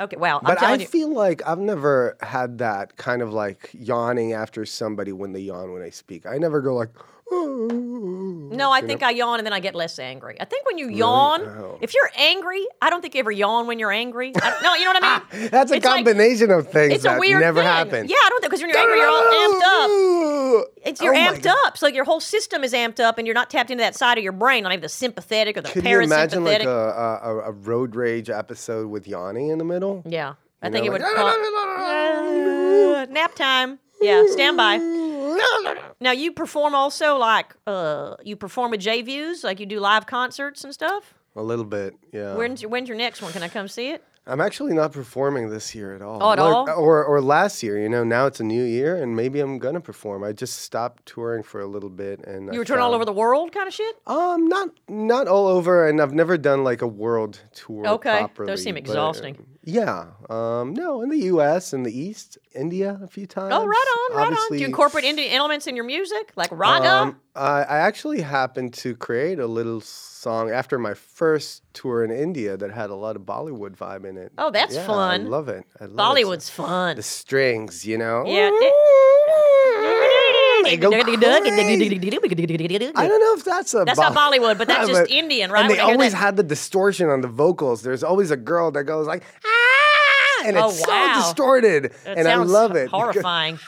Okay, wow. I'm
But I
telling you.
feel like I've never had that kind of like yawning after somebody when they yawn when I speak. I never go like, oh.
No, I think I yawn and then I get less angry. I think when you yawn,
Oh.
if you're angry, I don't think you ever yawn when you're angry. I don't- no, you know what I mean?
That's a
It's like-
combination of things
it's a
that
weird
never
thing.
happened.
Yeah, I don't think because when you're angry, you're all amped up. It's you're
Oh my
amped
God.
up, so your whole system is amped up, and you're not tapped into that side of your brain, not even the sympathetic or the
Could you imagine
parasympathetic.
like a, a, a- a road rage episode with yawning in the middle?
yeah, I
You
think
know,
it would.
like, "Ah,
call- Uh, nap time. Yeah, stand by. Now you perform also like uh, you perform with J Views, like you do live concerts and stuff.
A little bit, yeah.
When's your, when's your next one? Can I come see it?
I'm actually not performing this year at all.
Oh, at all?
Like- Or, or last year, you know, now it's a new year and maybe I'm going to perform. I just stopped touring for a little bit. and
You were touring all over the world, kind of shit.
Um, not not all over, and I've never done like a world tour.
Okay, those
properly,
seem
but, uh,
exhausting.
yeah, um, no, in the U.S. in the East, India a few times.
Oh, right on, right on. Do
Obviously,
you incorporate Indian elements in your music, like raga?
um, I, I actually happened to create a little song after my first tour in India that had a lot of Bollywood vibe in it.
Oh, that's
Yeah,
fun.
I love it. I love it.
Bollywood's fun.
The strings, you know.
Yeah.
They go crazy. I don't know if that's a
That's not
Bo-
Bollywood, but that's just
But-
Indian, right?
And
When
they
I hear
always
that-
had the distortion on the vocals. There's always a girl that goes like ah, and
Oh,
it's
wow.
so distorted,
That
and I
sounds
love it. because-
Horrifying.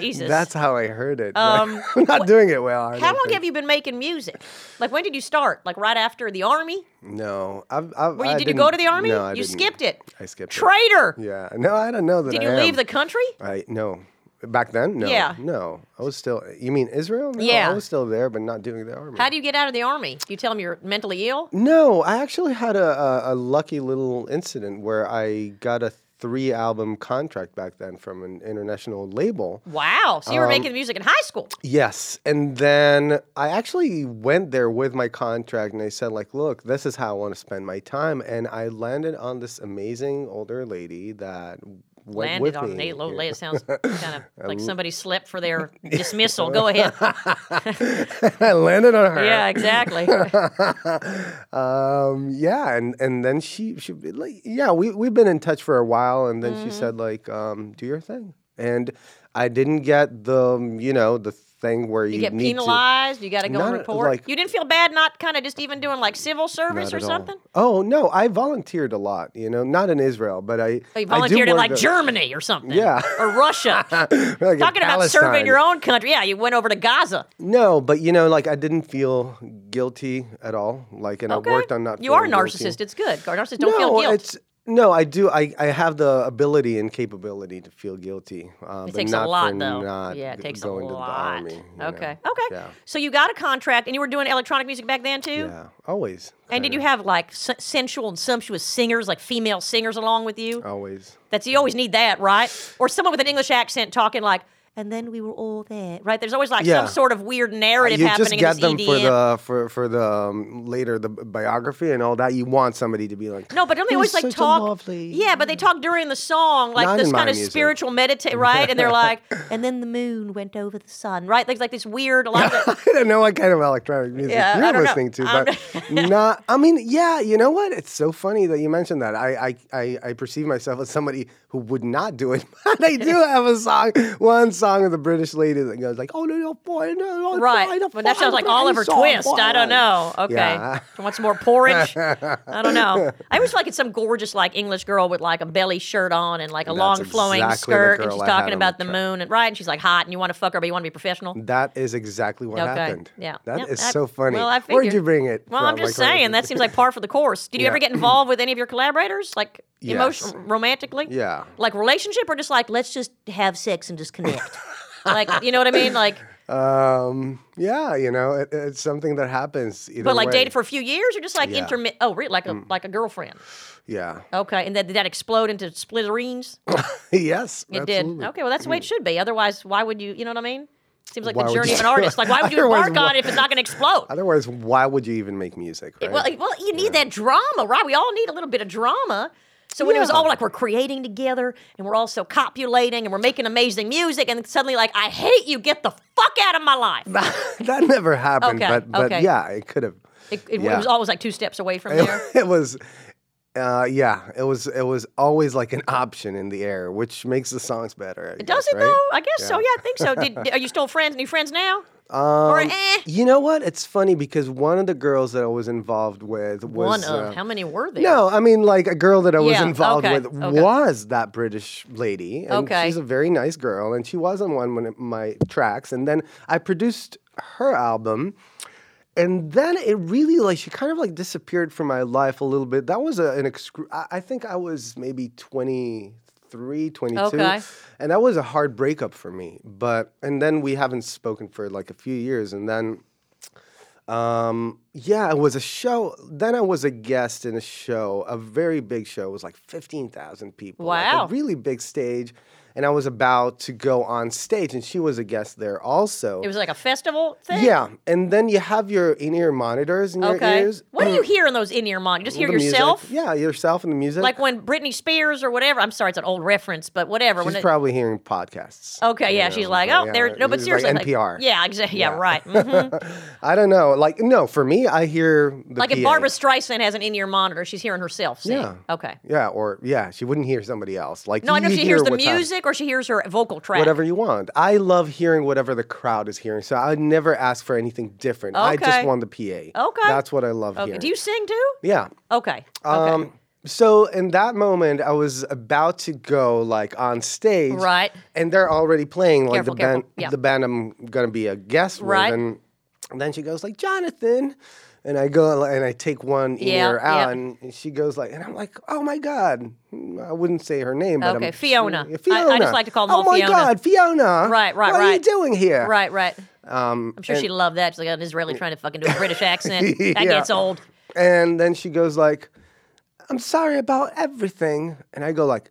Jesus.
That's how I heard it.
Um,
I'm not doing it well. I
How
don't
long
think.
have you been making music? Like when did you start? Like right after the army?
No, I've. I've
Were
I
you, did you go to
didn't-
the army?
No, I
you
didn't.
skipped it.
I skipped it.
Traitor.
Yeah, no, I don't know that.
Did
I
you
am.
leave the country?
I no. Back then, no.
Yeah.
No, I was still. You mean Israel? No,
Yeah.
I was still there, but not doing the army.
How do you get out of the army? You tell them you're mentally ill?
No, I actually had a, a, a lucky little incident where I got a three album contract back then from an international label.
Wow. So you
Um,
were making music in high school.
Yes. And then I actually went there with my contract and I said, like, look, this is how I want to spend my time. And I landed on this amazing older lady that went with
Landed on an
me.
eight low lay. It sounds kind of like somebody slept for their dismissal. Go ahead.
I landed on her.
Yeah, exactly.
um, yeah, and and then she she like yeah we we've been in touch for a while, and then she
Mm-hmm.
said like um, do your thing, and I didn't get the um, you know the thing where you,
You get
need
penalized. You got to go and
Not,
report.
like-
you didn't feel bad not kind of just even doing like civil
to
service
Not
or
at all.
something?
Oh no, I volunteered a lot. You know, not in Israel, but I
Or Oh, you
I do
volunteered in
work
like
a-
Germany or something.
Yeah.
Or Russia.
like in
Talking about serving
Palestine.
your own country. Yeah, you went over to Gaza.
No, but you know, like I didn't feel guilty at all. Like, and
Okay.
I worked on not.
You are a
feeling guilty.
narcissist. It's good. Narcissists don't feel guilt.
It's, no, I do. I, I have the ability and capability to feel guilty. Uh,
It
but
takes
not
a lot,
for
though.
Not
yeah, it takes a
going to the
lot.
army, you know?
okay, okay.
Yeah.
So you got a contract, and you were doing electronic music back then too.
Yeah, always.
And did you have like s- sensual and sumptuous singers, like female singers, along with you?
Oh. Always.
That's you always need that, right? Or someone with an English accent talking like, and then we were all there, right? There's always like
Yeah.
some sort of weird narrative
You just
happening
get
in
them
this E EDM.
for the for for the um, later the biography and all that. You want somebody to be like
No, but don't they
"He was
always like
such a
talk?
Lovely.
Yeah, but they talk during the song, like
Not
this
in my
kind of
music.
spiritual meditate, right? And they're like, and then the moon went over the sun, right? There's like this weird, a lot of the,
I don't know what kind of electronic music
Yeah, I
you're
don't know.
listening
I'm
to, but not. I mean, yeah, you know what? It's so funny that you mentioned that. I I, I, I perceive myself as somebody who would not do it, but I do have a song, one song of the British lady that goes like, "Oh no, no, boy, no, no,
right.
boy, no,
But that
boy,
sounds like
British
Oliver
song,
Twist.
boy."
I don't know. Okay.
Yeah.
You Want some more porridge? I don't know. I always feel like it's some gorgeous like English girl with like a belly shirt on and like a
That's
long flowing
exactly the
skirt, and
girl
she's
I had
talking
on
about
the Mm,
the moon and right, and she's like hot, and you want to fuck her, but you want to be professional.
That is exactly what
Okay.
happened.
Yeah.
that is
Yep, I-
so funny.
well, I
Where'd you
figured.
bring it?
Well, I'm
from?
just
Like, where-
saying that seems like par for the course. Did you ever
Yeah.
get involved with any of your collaborators, like
Yes.
emotion, romantically?
Yeah.
Like relationship, or just like let's just have sex and just connect. like you know what I mean? Like,
Um, yeah, you know, it, it's something that happens. Either
but like
way.
dated for a few years, or just like
Yeah. Mm.
intermittent? Oh, really? Like a like a girlfriend?
yeah,
Okay, and then did that explode into splitterines?
yes,
It
absolutely.
did. Okay, well that's the way it should be. Otherwise, why would you? You know what I mean? Seems like
Why
the
would
journey
you-
of an artist. Like, why would you
Otherwise,
embark on
why-
it if it's not going to explode?
Otherwise, why would you even make music? Right?
Well, well, you need that drama, right? We all need a little bit of drama. So when it was
Yeah.
all like we're creating together and we're also copulating and we're making amazing music, and suddenly like I hate you, get the fuck out of my life.
that never happened,
Okay,
but but
okay.
yeah, it could have.
It, it,
Yeah.
was always like two steps away from there.
It was, uh, yeah, it was it was always like an option in the air, which makes the songs better. I
It Does
guess,
it
right?
though? I guess so. Yeah, I think so. Did, did- are you still friends? Any friends now? or
Um,
eh?
You know what? It's funny because one of the girls that I was involved with was
One of
uh,
how many were there?
No, I mean like a girl that I was
Yeah,
involved
okay,
with
okay.
was that British lady, and
Okay.
she's a very nice girl, and she was on one of my tracks, and then I produced her album, and then it really like she kind of like disappeared from my life a little bit. That was a, an excru- I, I think I was maybe 23, 22,
Okay.
and that was a hard breakup for me. But and then we haven't spoken for like a few years, and then. Um, yeah, it was a show. Then I was a guest in a show, a very big show. It was like 15,000 people. like
Wow.
a really big stage. And I was about to go on stage, and she was a guest there also.
It was like a festival thing.
yeah. And then you have your in ear monitors in
Okay.
your ears. um,
What do you hear in those in-ear mon? You just hear
Mm. The music.
yourself?
Yeah, yourself and the music.
Like when Britney Spears or whatever. I'm sorry, it's an old reference, but whatever. when
She's
it-
probably hearing podcasts.
Okay, yeah,
you
she's
know,
like,
but
oh,
yeah,
there. No, but
it's
seriously,
Like
like-
NPR.
yeah, exactly. Yeah, right. mhm.
I don't know. Like, no, for me, I hear the
like if
PA.
Barbara Streisand has an in-ear monitor, she's hearing herself sing.
Yeah.
Okay.
Yeah, or yeah, she wouldn't hear somebody else. Like,
No, I know
you
she
hear
hears the
what's happening.
music or she hears her vocal track.
whatever you want. I love hearing whatever the crowd is hearing, so I would never ask for anything different. I
Okay.
just want the PA.
Okay.
that's what I love
Okay.
hearing.
Do you sing too?
Yeah.
Okay. Okay.
Um, So in that moment, I was about to go like on stage,
Right.
And they're already playing like
Careful,
the band,
careful. Yeah.
the band I'm gonna be a guest
Right.
with, and, and then she goes like Jonathan, and I go and I take one
Yeah,
ear out,
yeah.
and she goes like, and I'm like, oh my god, I wouldn't say her name, but
Okay,
I'm,
Fiona. I- I just
Fiona.
like to call them
oh
all
my
Fiona.
god, Fiona.
Right, right,
What are you
right.
doing here?
Right, right.
Um,
I'm sure she'd love that. She's like an Israeli trying to fucking do a British accent. That
Yeah.
gets old.
And then she goes like, "I'm sorry about everything." And I go like,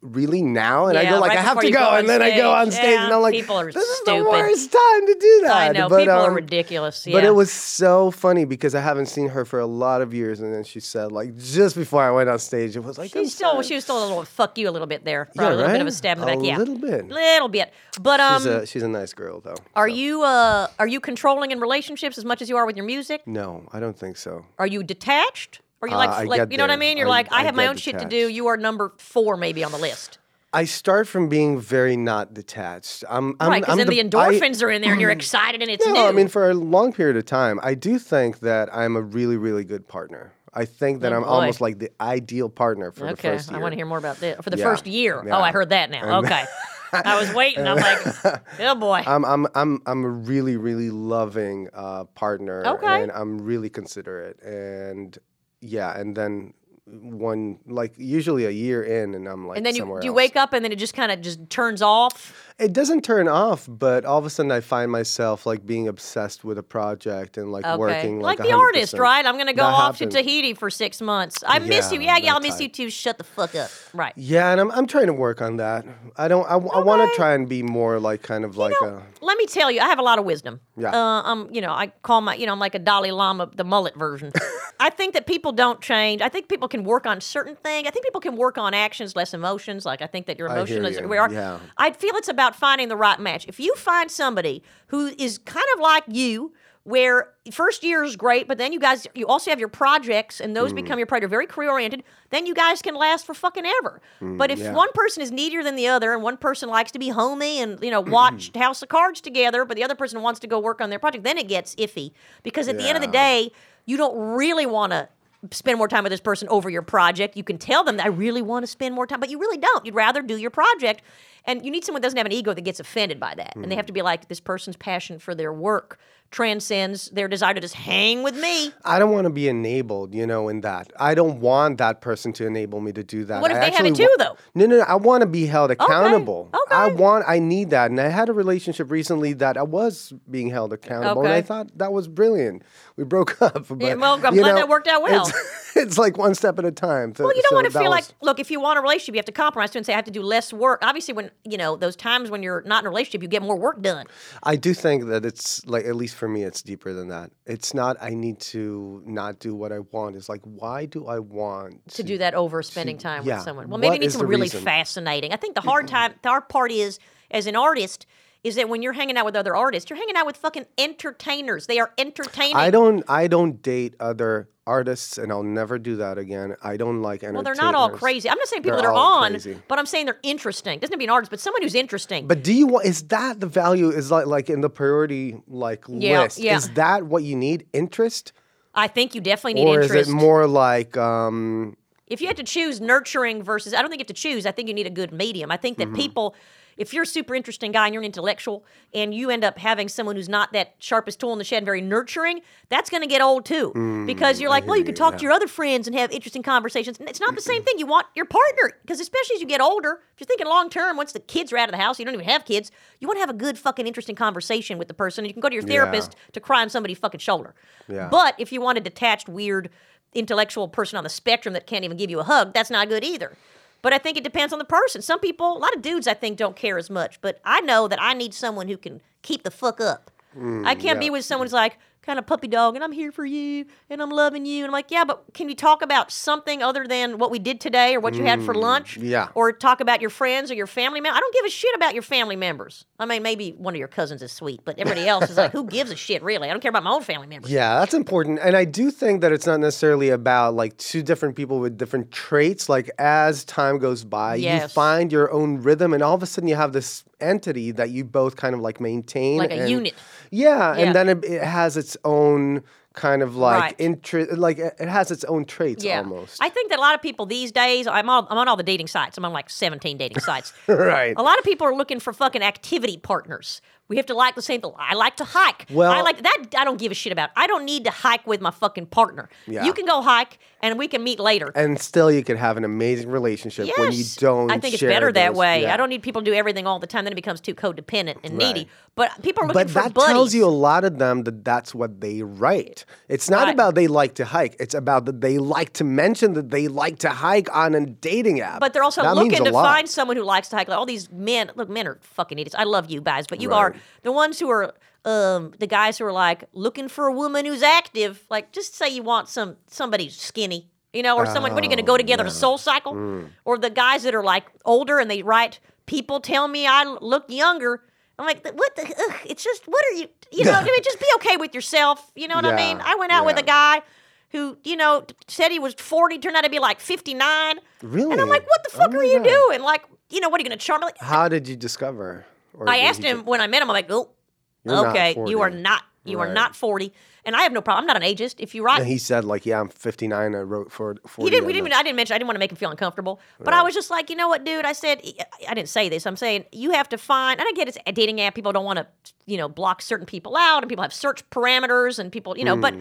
"Really now?" And I
Yeah,
go like,
right
"I have
before
to
you go
go."
on
and then I go
stage.
on stage and
Yeah,
I'm like,
people are
"This is
stupid.
the worst time to do that."
I know
But,
people are
um,
ridiculous. Yeah.
But it was so funny because I haven't seen her for a lot of years, and then she said like just before I went on stage, it was like, "I'm
She's still
sorry."
she was still a little fuck you a little bit there.
uh, Yeah,
Probably a little bit of a
right?
stab in the
A
back. yeah.
little bit.
Little bit. But um
She's a she's a nice girl though.
are you uh are you controlling in relationships as much as you are with your music?
No, I don't think so.
Are you detached? Are you like,
Uh, I
like
get
you know what I
there.
mean? You're
I-
like, I
I
have my
get
own shit to do.
detached.
You are number four maybe on the list.
I start from being very not detached. I'm, I'm
right, because
I'm
then the,
I-
endorphins are in there and you're excited and it's
No,
new.
I mean for a long period of time, I do think that I'm a really, really good partner. I think that
Oh,
I'm
boy.
almost like the ideal partner for the
okay,
first year.
I want to hear more about that. For the
Yeah,
first year.
yeah.
Oh, I heard that now. okay. I was waiting. I'm like, oh boy.
I'm, I'm, I'm, I'm a really, really loving uh, partner,
Okay.
and I'm really considerate, and yeah, and then one like usually a year in, and I'm like,
and then you,
somewhere
you
else.
wake up and then it just kind of just turns off.
It doesn't turn off, but all of a sudden I find myself like being obsessed with a project and like
Okay.
working like,
the artist,
100%.
right? I'm going to go
That
off
happens.
to Tahiti for six months. I miss
Yeah,
you. Yeah, yeah, I'll
that
miss you too. Shut the fuck up. Right.
Yeah, and I'm, I'm trying to work on that. I don't. I, want
Okay.
to try and be more like kind of like a.
Let me tell you, I have a lot of wisdom.
Yeah.
Uh, um, you know, I call my, you know, I'm like a Dalai Lama, the mullet version. I think that people don't change. I think people can work on certain things. I think people can work on actions, less emotions. Like I think that your
I hear
emotion is
you.
where are.
Yeah.
I feel it's about finding the right match. If you find somebody who is kind of like you, where first year is great, but then you guys you also have your projects and those become your project. You're very career oriented. Then you guys can last for fucking ever. but if
Mm, yeah.
one person is needier than the other, and one person likes to be homey and you know watch House of Cards together, but the other person wants to go work on their project, then it gets iffy because at the end of the
Yeah.
day, you don't really want to spend more time with this person over your project. You can tell them that I really want to spend more time, but you really don't. You'd rather do your project. And you need someone that doesn't have an ego that gets offended by that. And they have to be like, this person's passion for their work transcends their desire to just hang with me.
I don't want to be enabled, you know, in that. I don't want that person to enable me to do that.
What if
I
they have it
actually
too,
wa-
though?
No, no, no. I want to be held accountable. I
okay.
want. I need that. And I had a relationship recently that I was being held accountable, and I
Okay.
thought that was brilliant. We broke up, but
Yeah, well, I'm
you
glad
know,
that worked out well.
It's, it's like one step at a time.
Well, you don't want to feel like, look, if you want a relationship, you have to compromise too and say, I have to do less work. Obviously, when, you know, those times when you're not in a relationship, you get more work done.
I do think that it's like at least for me it's deeper than that. It's not I need to not do what I want. It's like why do I want
to do that over spending time
yeah.
with someone. Well, maybe
What
you need
is
someone
the
really
reason?
fascinating. I think the hard time, the hard part is as an artist is that when you're hanging out with other artists, you're hanging out with fucking entertainers. They are entertaining.
I don't I don't date other artists and I'll never do that again. I don't like
well, they're not all
entertainers.
crazy. I'm not saying people
They're
that are
all
on,
crazy.
but I'm saying they're interesting. Doesn't have to be an artist, but someone who's interesting.
But do you want is that the value is like like in the priority like
Yeah,
list?
yeah.
Is that what you need? Interest?
I think you definitely need
Or
interest.
is it more like um
if you had to choose nurturing versus i don't think you have to choose i think you need a good medium i think that people if you're a super interesting guy and you're an intellectual and you end up having someone who's not that sharpest tool in the shed and very nurturing that's going to get old too because you're like well you can talk to your other friends and have interesting conversations and it's not the same thing you want your partner because especially as you get older if you're thinking long term once the kids are out of the house you don't even have kids you want to have a good fucking interesting conversation with the person and you can go to your therapist to cry on somebody's fucking shoulder
Yeah.
but if you want a detached, weird, intellectual person on the spectrum that can't even give you a hug, that's not good either. But I think it depends on the person. Some people, a lot of dudes, I think, don't care as much. But I know that I need someone who can keep the fuck up.
Mm,
I can't be with someone who's like kind of puppy dog, and I'm here for you, and I'm loving you, and I'm like, yeah, but can we talk about something other than what we did today or what you had for lunch?
Mm, yeah.
Or talk about your friends or your family members. I don't give a shit about your family members. I mean, maybe one of your cousins is sweet, but everybody else is like, who gives a shit really? I don't care about my own family members.
Yeah, that's important. And I do think that it's not necessarily about like two different people with different traits. Like as time goes by, you
Yes.
find your own rhythm and all of a sudden you have this entity that you both kind of like maintain
Like a
and-
unit.
Yeah,
Yeah.
and then it, it has its own kind of like
Right.
interest. Like it it has its own traits almost.
I think that a lot of people these days, I'm, all, I'm on all the dating sites. I'm on like 17 dating sites.
right.
A lot of people are looking for fucking activity partners. We have to like the same thing. I like to hike.
Well-
I like that. I don't give a shit about. I don't need to hike with my fucking partner.
Yeah.
You can go hike and we can meet later.
and still, you could have an amazing relationship
yes.
when you don't.
I think it's
share
better that
those-
way.
yeah.
I don't need people to do everything all the time. Then it becomes too codependent and needy.
Right.
But people are looking
But
for
that
buddies.
tells you a lot of them that that's what they write. It's not
Right.
about they like to hike. It's about that they like to mention that they like to hike on a dating app.
But they're also
That means
looking
a
to
lot.
find someone who likes to hike. Like all these men, look, men are fucking idiots. I love you guys, but you are
Right.
the ones who are um, the guys who are like looking for a woman who's active. Like just say you want some somebody skinny, you know, or someone. What are you
Oh,
going to go together to Soul Cycle?
Mm.
Or the guys that are like older and they write, "People tell me I l- look younger." I'm like, what the? Ugh, it's just, what are you? You know, I mean, just be okay with yourself. You know what I
Yeah,
mean? I went out with
yeah.
a guy who, you know, t- said he was 40, turned out to be like 59. And
Really?
I'm like, what the
Oh
fuck
my
are you
God.
doing? Like, you know, what are you going to charm? Like,
How did you discover? Or
I
did
asked
you
him when I met him, I'm like, oh,
You're not
okay, you are
40.
not, you are
Right.
not 40. And I have no problem. I'm not an ageist. If you
And
write,
he said, like, yeah, I'm 59. I wrote for 40.
he didn't, we
on
didn't,
the-
even- I didn't mention, I didn't want to make him feel uncomfortable. But I was just like, you know what, dude? I said, I didn't say this. I'm saying you have to find, and I get it's a dating app. People don't want to, you know, block certain people out and people have search parameters and people, you know, but
Hmm.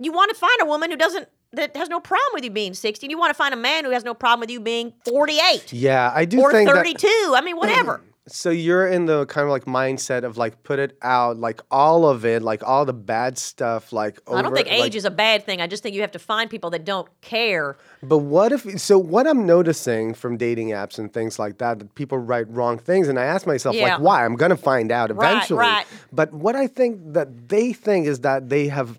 you want to find a woman who doesn't, that has no problem with you being 60. And you want to find a man who has no problem with you being 48.
Yeah, I do
or
think
32.
that.
I mean, whatever.
So you're in the kind of like mindset of like put it out, like all of it, like all the bad stuff, like over.
I don't think age
like-
is a bad thing. I just think you have to find people that don't care.
But what if? So what I'm noticing from dating apps and things like that, that people write wrong things, and I ask myself
Yeah.
like, why? I'm gonna find out
Right,
eventually.
right.
But what I think that they think is that they have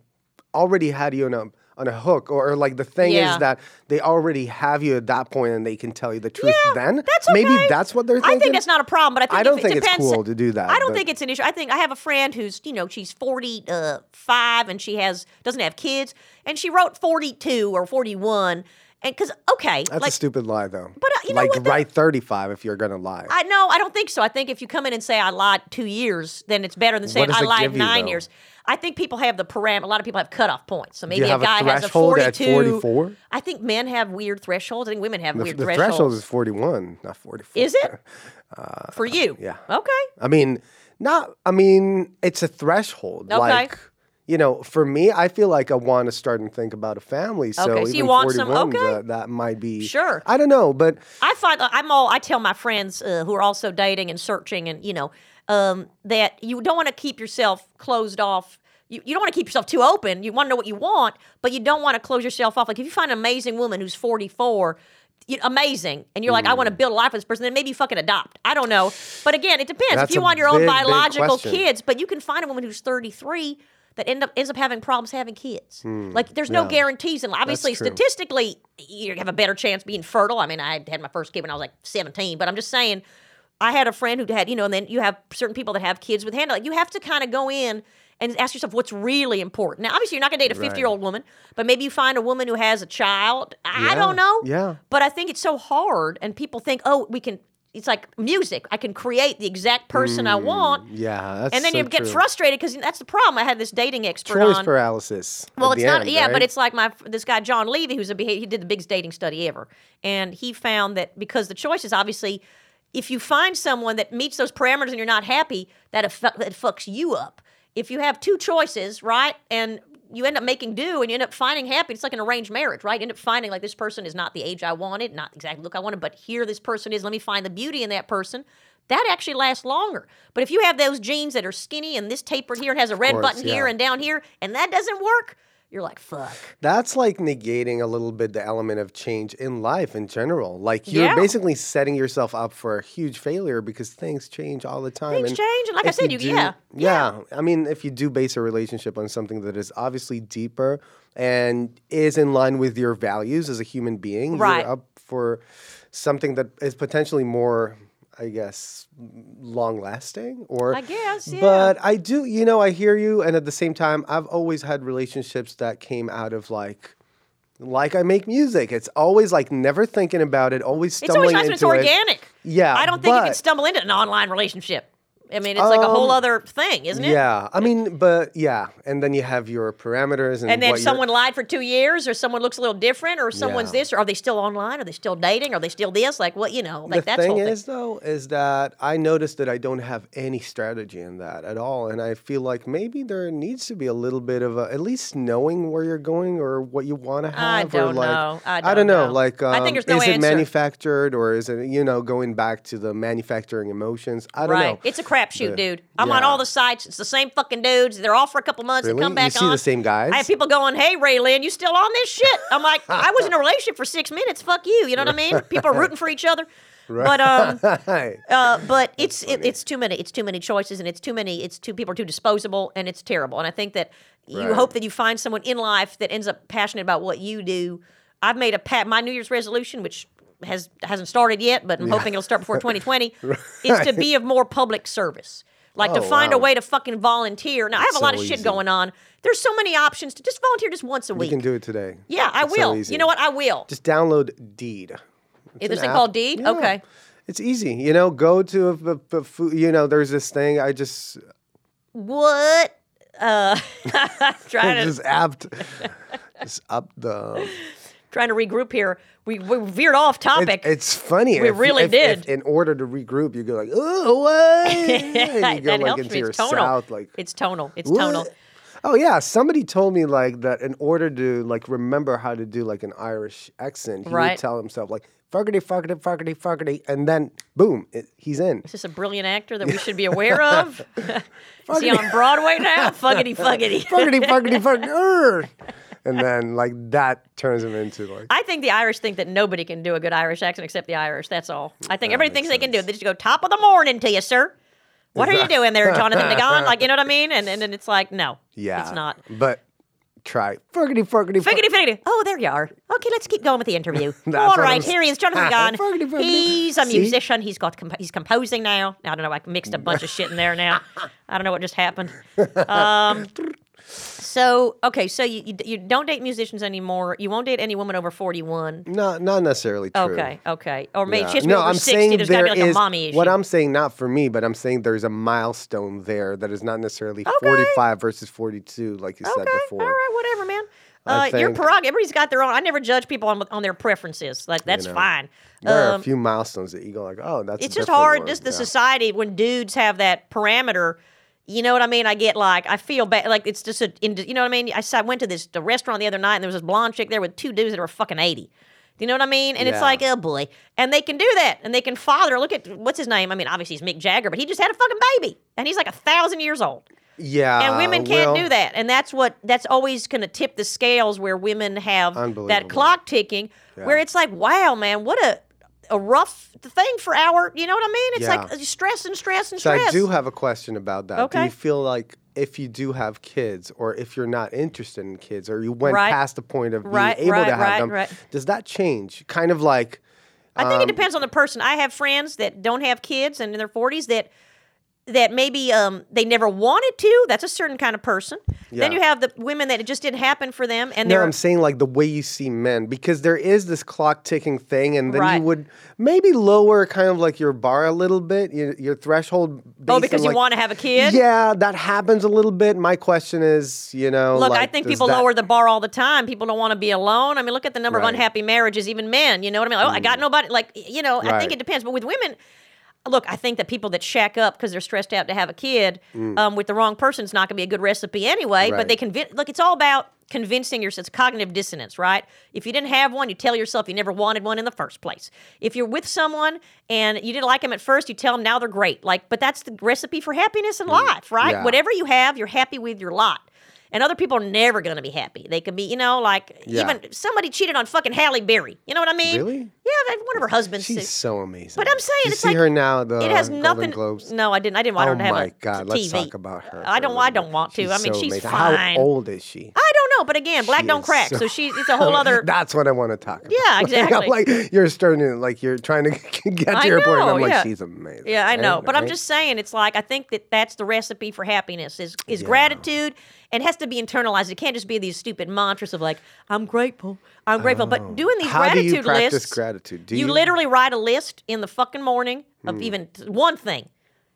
already had you on a on a hook, or, or like the thing
Yeah.
is that they already have you at that point, and they can tell you the truth then.
That's okay.
Maybe that's what they're thinking.
I think that's not a problem, but I think
I don't
if,
think
it
it's
depends.
cool to do that,
I don't
but-
think it's an issue. I think I have a friend who's you know she's forty uh, five and she has doesn't have kids and she wrote forty two or forty one and because okay
That's
like
a stupid lie, though.
But, uh, you know
like
what, though?
write 35 if you're gonna lie.
I no, I don't think so. I think if you come in and say I lied two years, then it's better than saying
does
I
it
lied
give you,
nine
though?
years. I think people have the param. A lot of people have cutoff points. So maybe a
have a
guy has a
threshold at
forty-two.
44?
I think men have weird thresholds. I think women have
the
weird
the
thresholds.
threshold is 41, not 44.
Is it? For you?
yeah.
Okay.
I mean, not. I mean, it's a threshold.
Okay.
Like, you know, for me, I feel like I want to start and think about a family. So,
Okay, so
even
you want some-
41,
okay.
that, that might be.
Sure.
I don't know, but
I find uh, I'm all I tell my friends uh, who are also dating and searching and you know um, that you don't want to keep yourself closed off. You, you don't want to keep yourself too open. You want to know what you want, but you don't want to close yourself off. Like if you find an amazing woman who's 44, you, amazing, and you're like,
Mm.
I want to build a life with this person, then maybe you fucking adopt. I don't know, but again, it depends.
That's
if you
a
want your own
big, big
biological
question.
kids, but you can find a woman who's 33 that end up ends up having problems having kids. Like there's no guarantees, and obviously
Hmm. true.
statistically, you have a better chance being fertile. I mean, I had my first kid when I was like 17, but I'm just saying, I had a friend who had, you know, and then you have certain people that have kids with hand. Like you have to kind of go in and ask yourself what's really important. Now, obviously, you're not going to date a 50 year old woman, but maybe you find a woman who has a child. I
Yeah,
don't know.
yeah.
But I think it's so hard, and people think, oh, we can. It's like music. I can create the exact person
Hmm.
I want.
yeah, that's
And then
so
you get
true.
frustrated because that's the problem. I had this dating expert
Choice
on.
paralysis. at
Well, it's
the
not.
end,
yeah,
right?
but it's like my this guy John Levy, who's a behavior, he did the biggest dating study ever, and he found that because the choice is obviously, if you find someone that meets those parameters and you're not happy, that affect, that fucks you up. If you have two choices, right, and you end up making do, and you end up finding happy. It's like an arranged marriage, right? You end up finding like this person is not the age I wanted, not exactly the look I wanted, but here this person is. Let me find the beauty in that person. That actually lasts longer. But if you have those jeans that are skinny and this tapered here and has a red
course,
button here
yeah.
and down here, and that doesn't work, you're like, fuck.
That's like negating a little bit the element of change in life in general. Like you're
Yeah.
basically setting yourself up for a huge failure because things change all the time.
Things change, and like I
if
said, you-
do-
yeah,
yeah, I mean, if you do base a relationship on something that is obviously deeper and is in line with your values as a human being,
Right.
you're up for something that is potentially more, I guess, long lasting. Or
I guess, yeah.
but but I do, you know, I hear you, and at the same time, I've always had relationships that came out of like, like I make music. It's always like never thinking about it, always
It's always
stumbling
nice when it's
into it.
organic.
Yeah,
I don't think you can
but- Um,
stumble into an online relationship. I mean, it's like a whole other thing, isn't it?
Yeah, I mean, but yeah, and then you have your parameters, and,
And then
what your-
someone lied for two years, or someone looks a little different, or someone's
Yeah.
this, or are they still online? Are they still dating? Are they still this? Like, what you know, like
the
that's
thing
whole
is though is that I noticed that I don't have any strategy in that at all, and I feel like maybe there needs to be a little bit of a, at least knowing where you're going or what you want to have.
I
or
don't
like,
know. I don't
don't know.
know.
Like, um,
I think there's no
is it
answer.
manufactured or is it you know going back to the manufacturing emotions? I don't
right.
know.
It's a crapshoot,
The-
dude. I'm on
yeah.
all the sites. It's the same fucking dudes. They're off for a couple months. They
Really?
come
You
back
see the
on.
same guys?
I have people going, "Hey, Raylan, you still on this shit?" I'm like, "I was in a relationship for six minutes. Fuck you." You know what I mean? People are rooting for each other. But um,
Right.
uh, but it's it, it's too many it's too many choices and it's too many it's too people are too disposable and it's terrible and I think that you
Right.
hope that you find someone in life that ends up passionate about what you do. I've made a pat my New Year's resolution which has hasn't started yet but I'm hoping it'll start before 2020 is to be of more public service. Like to
Oh,
find a
wow.
way to fucking volunteer. Now I have a
So
lot of shit
easy.
going on. There's so many options to just volunteer just once a
You
week.
can do it today.
yeah, I
It's so
will.
easy.
you know what? I will.
Just download Deed. It's
Is
an
this thing
app.
called Deed?
Yeah.
Okay.
It's easy. You know, go to a, a, a food, you know, there's this thing I just
What? Uh, I'm trying to
just apt just up the
trying to regroup here. We, we veered off
It-
topic.
it's funny.
We
if-
really
if- if
did.
in order to regroup, you go like, oh, what? and you go
that
like
helps
into
me.
your
It's tonal.
south, like,
it's tonal. It's
"What?"
tonal.
Oh yeah, somebody told me like that in order to like remember how to do like an Irish accent, he
Right.
would tell himself like "Fogarty, Fogarty, Fogarty, Fogarty," and then boom, it, he's in.
Is this a brilliant actor that we should be aware of? Is he on Broadway now? Fuggity fuggity.
Fogarty, Fogarty, Fogarty, er. and then like that turns him into like
I think the Irish think that nobody can do a good Irish accent except the Irish. That's all. I think everybody thinks they can do it. They just go top of the morning to you, sir. What are you doing there, Jonathan DeGon? Like, you know what I mean? And, and then it's like, no,
yeah,
it's not.
But try Fogarty, Fogarty, Fogarty.
Figgity figgity. Oh, there you are. Okay, let's keep going with the interview.
That's
All
what
right,
I'm
here he is, Jonathan Gunn.
Figgity figgity.
He's a
See?
musician. He's got comp- he's composing now. I don't know. I mixed a bunch of shit in there now. I don't know what just happened. Um, so okay, so you, you you don't date musicians anymore. You won't date any woman over forty one.
No, not necessarily true.
Okay, okay, or maybe
Yeah.
she has to be over sixty. There's got to be like a mommy issue.
What I'm saying, not for me, but I'm saying there's a milestone there that is not necessarily 45 versus 42, like you said
okay,
before.
all right, whatever, man.
I
Uh, your
think-
prerogative. Everybody's got their own. I never judge people on on their preferences. Like that's
know,
fine.
There are
Um,
a few milestones that you go like, oh, that's. a
it's just
different
hard
one.
just the
Yeah.
society when dudes have that parameter you know what i mean i get like i feel bad like it's just a in- you know what i mean i, s- I went to this the restaurant the other night and there was this blonde chick there with two dudes that were fucking 80 you know what I mean? And it's
Yeah.
like, oh boy. And they can do that. And they can father. Look at what's his name? I mean, obviously he's Mick Jagger, but he just had a fucking baby. And he's like a thousand years old.
Yeah.
And women can't
well,
do that. And that's what that's always going to tip the scales where women have that
Unbelievable.
clock ticking, where it's like, wow, man, what a a rough thing for our. You know what I mean? It's
Yeah.
like stress and stress and
So
stress.
I do have a question about that. Do
Okay.
you feel like if you do have kids, or if you're not interested in kids, or you went
Right.
past the point of being
Right,
able
right,
to have
right,
them,
right.
does that change? Kind of like.
I
um,
think it depends on the person. I have friends that don't have kids and in their forties that that maybe um, they never wanted to. That's a certain kind of person. Then
Yeah.
you have the women that it just didn't happen for them, and
No,
they're
I'm saying like the way you see men, because there is this clock ticking thing, and then
Right.
you would maybe lower kind of like your bar a little bit, your, your threshold. Based
oh
on,
because you
like-
want to have a kid.
Yeah, that happens a little bit. My question is, you know,
Look, I
like,
think
does
people
that-
lower the bar all the time. People don't want to be alone. I mean, look at the number of
Right. Mm.
unhappy marriages, even men. You know what I mean? Like, oh, I got nobody. Like, you know, I think
Right.
it depends. But with women, look, I think that people that shack up because they're stressed out to have a kid um, with the wrong person is not going to be a good recipe anyway. But
Mm. Right.
they convince. Look, it's all about convincing yourself. It's cognitive dissonance, right? If you didn't have one, you tell yourself you never wanted one in the first place. If you're with someone and you didn't like them at first, you tell them now they're great. Like, but that's the recipe for happiness in life, right?
Mm, Yeah.
Whatever you have, you're happy with your lot. And other people are never going to be happy. They could be, you know, like
Yeah.
even somebody cheated on fucking Halle Berry. You know what I mean?
Really?
Yeah, that- one of her husbands.
She's so amazing.
But I'm saying
you
it's
see
like-
her now. at The
it has
Golden
nothing.
Globes.
No, I didn't. I didn't. I don't
oh
have
my
a
god,
TV.
let's talk about
I
her. for a
don't. I
little
don't
bit.
want to. I mean,
so
she's
amazing.
fine.
How old is she?
I don't know, but again, black
She
don't
is
crack. So,
so-
she's it's a whole other.
That's what I want to talk about.
Yeah,
Like,
exactly.
I'm like you're starting to like you're trying to get
I
to your point. and
know,
I'm like,
yeah.
she's amazing.
Yeah, I know,
right?
but I'm
Right?
just saying it's like I think that that's the recipe for happiness is is gratitude and has to be internalized. It can't just be these stupid mantras of like I'm grateful, I'm grateful. But doing these
Oh. How do
gratitude
you practice
lists,
gratitude? Do
you,
you- Hmm.
literally write a list in the fucking morning of even t- one thing.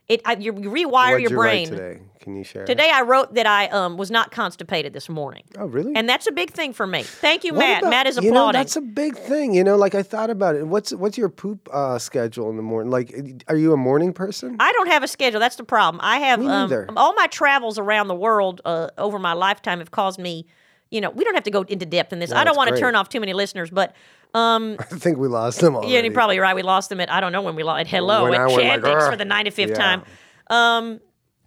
It I, you rewire
What'd
your
you
brain.
write today? Can you share?
Today I wrote that I um, was not constipated this morning.
Oh, really?
And that's a big thing for me. Thank you,
What
Matt.
about-
Matt is
You
applauding.
know, that's a big thing. You know, like I thought about it. What's what's your poop uh, schedule in the morning? Like, are you a morning person?
I don't have a schedule. That's the problem. I have
Me neither.
um, all my travels around the world uh, over my lifetime have caused me. You know, we don't have to go into depth in this. I don't
that's
want to
great.
turn off too many listeners, but um,
I think we lost them all.
yeah, you're probably right. We lost them at I don't know when we lost at hello
When
at
I went
Chad.
like,
thanks for
"Ugh."
the 95th
Yeah.
time. Um,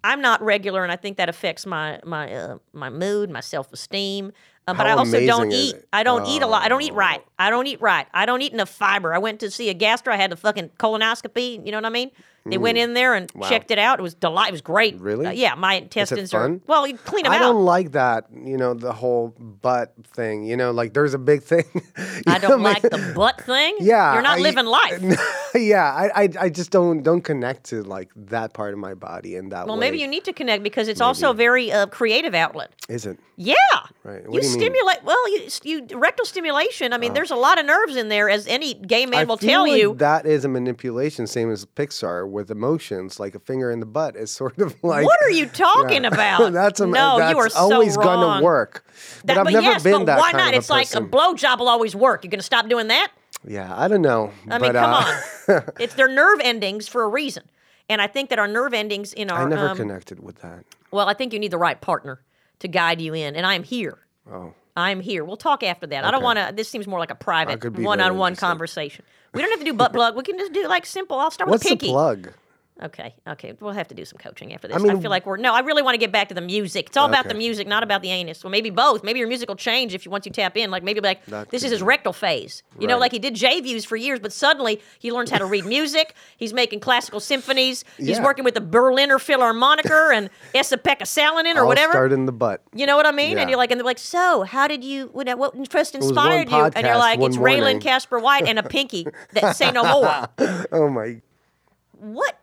I'm not regular, and I think that affects my my uh, my mood, my self esteem. Uh, but
How
I also don't
amazing is
eat.
it? Oh.
I don't eat a lot. I don't eat right. I don't eat right. I don't eat enough fiber. I went to see a gastro. I had a fucking colonoscopy. You know what I mean? They went in there and checked it out. It was delight. It was great.
Mm. Really?
Uh, yeah, my intestines are
fun?
well. You clean them
I
out.
don't like that, you know, the whole butt thing. You know, like there's a big thing.
I don't
You know,
like the butt thing.
Yeah,
you're not
I-
living life.
yeah, I, I I just don't don't connect to like that part of my body in that
Well,
way.
maybe you need to connect because it's also a very uh, creative outlet.
isn't.
Yeah.
Right.
you,
What do you mean? Uh.
stimulate well, you, you rectal stimulation. I mean, there's a lot of nerves in there, as any gay man
I
will
feel
tell
like
you.
that is a manipulation, same as Pixar with emotions. Like a finger in the butt is sort of like.
what are you talking about?
that's a,
no,
that's
you are so
always
wrong.
gonna work. But
That-
I've never
yes,
been
but
that
why
kind
not?
of
it's
a
like a
person.
blowjob will always work. You're going to stop doing that?
yeah, I don't know.
I mean,
but,
come
uh,
on. it's their nerve endings for a reason, and I think that our nerve endings in our
I never
um,
connected with that.
Well, I think you need the right partner to guide you in, and I'm here.
Oh.
I'm here. We'll talk after that. I don't want to. This seems more like a private
could be very
one-on-one
interesting.
conversation. We don't have to do butt plug. We can just do like simple. I'll start
What's
with pinky.
the plug?
Okay, okay. We'll have to do some coaching after this. I,
I mean-
feel like we're no. I really want to get back to the music. It's all about the
Okay.
music, not about the anus. Well, maybe both. Maybe your music will change if you once you tap in. Like maybe like
That
this
could
is his
be.
rectal phase. You know,
Right.
like he did J views for years, but suddenly he learns how to read music. He's making classical symphonies. He's
Yeah.
working with the Berliner Philharmoniker and Esa Pekka Salonen or
I'll
whatever.
Start in the butt.
You know what I mean?
Yeah.
And you're like, and they're like, so how did you? What, what first
was one
inspired you? And you're
podcast,
like,
one
it's
morning.
Raylan Casper White and a pinky that say no more.
Oh my!
What?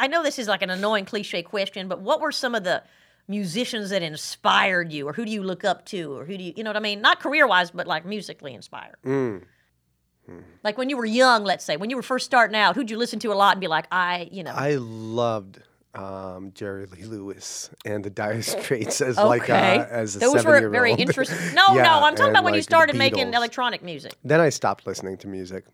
I know this is like an annoying cliche question, but what were some of the musicians that inspired you, or who do you look up to, or who do you, you know what I mean? Not career wise, but like musically inspired.
Hmm.
Like when you were young, let's say, when you were first starting out, who'd you listen to a lot and be like, I, you know,
I loved um, Jerry Lee Lewis and the Dire Straits as like uh,
okay.
as a
Those were
seven-year-old.
very interesting. No,
Yeah,
no, I'm talking
and
about when you
like the
started making
Beatles.
electronic music.
Then I stopped listening to music.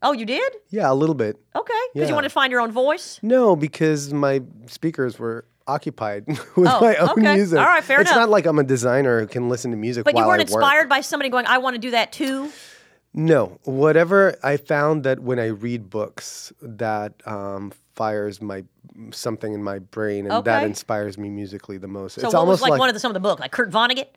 Oh, you did?
Yeah, a little bit.
Okay, because you
Yeah.
wanted to find your own voice.
No, because my speakers were occupied with
Oh,
my own
okay.
music.
All right, fair
it's
enough.
not like I'm a designer who can listen to music.
But
while
you weren't
I work.
inspired by somebody going, "I want to do that too."
No, whatever I found that when I read books, that um, fires my something in my brain, and that
Okay.
inspires me musically the most.
So
it's
what was
almost
like,
like,
one of the some of the book, like Kurt Vonnegut?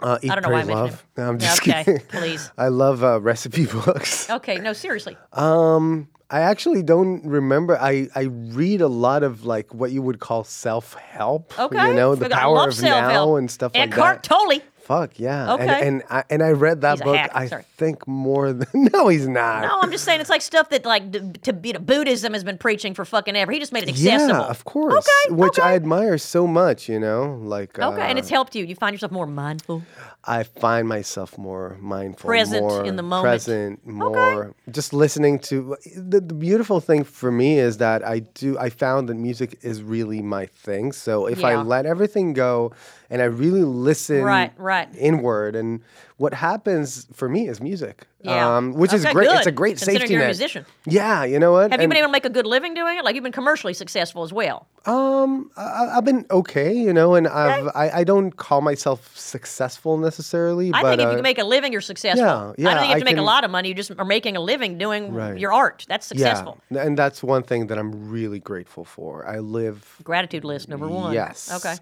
uh, Eat,
I don't know
Pray,
why I mentioned
Love.
him.
No, I'm
Yeah,
just
okay,
kidding.
please.
I love uh, recipe books.
Okay, no, seriously.
Um, I actually don't remember. I, I read a lot of like what you would call self help.
Okay,
you know the
I
power
love
of
self-help.
now and stuff like
Eckhart
that.
Tolle.
Fuck yeah!
Okay.
And and I, and I read that
He's a
book.
hack,
I
sorry.
think more than no, he's not.
No, I'm just saying it's like stuff that like d- to you know, Buddhism has been preaching for fucking ever. He just made it accessible.
Yeah, of course.
Okay,
which
okay.
I admire so much. You know, like
Okay,
uh,
and it's helped you. You find yourself more mindful.
I find myself more mindful,
Present
more
in the moment.
present, more just listening to. The, the beautiful thing for me is that I do. I found that music is really my thing. So if I
Yeah.
let everything go, and I really listen,
Right, right.
inward, and what happens for me is music.
Yeah.
um, which is
Okay,
great.
good,
It's a great
considering
safety
you're a
net.
musician.
Yeah, you know what?
Have you
And-
been able to make a good living doing it? Like you've been commercially successful as well.
Um, I- I, I've been okay, you know, and I've I, I don't call myself successful necessarily,
I
but
think if you
uh,
can make a living, you're successful.
yeah,
I
yeah,
don't think you have
I
to make a
can-
lot of money. You just are making a living doing
Right.
your art. That's
yeah,
successful.
and that's one thing that I'm really grateful for. I live
Gratitude list number one.
Yes.
Okay.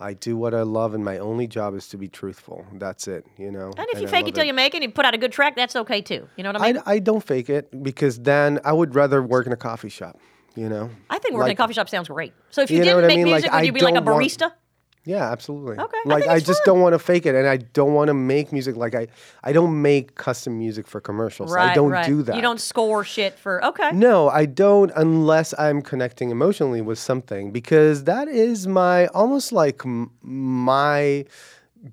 I do what I love, and my only job is to be truthful. That's it, you know.
And if you
I
fake it
love
till you make it and you put out a good track, that's okay too. You know what I mean?
I, I don't fake it because then I would rather work in a coffee shop, you know.
I, think working in a
like-
coffee shop sounds great. So if you,
You know
didn't
what I
make
mean? Like,
music, would
I
you be like a
don't want-
barista?
Yeah, absolutely.
Okay, I
Like
think
I,
it's
just
fun.
don't want to fake it, and I don't want to make music. Like I, I don't make custom music for commercials.
right.
I don't
right.
do that.
You don't score shit for okay.
No, I don't unless I'm connecting emotionally with something because that is my almost like m- my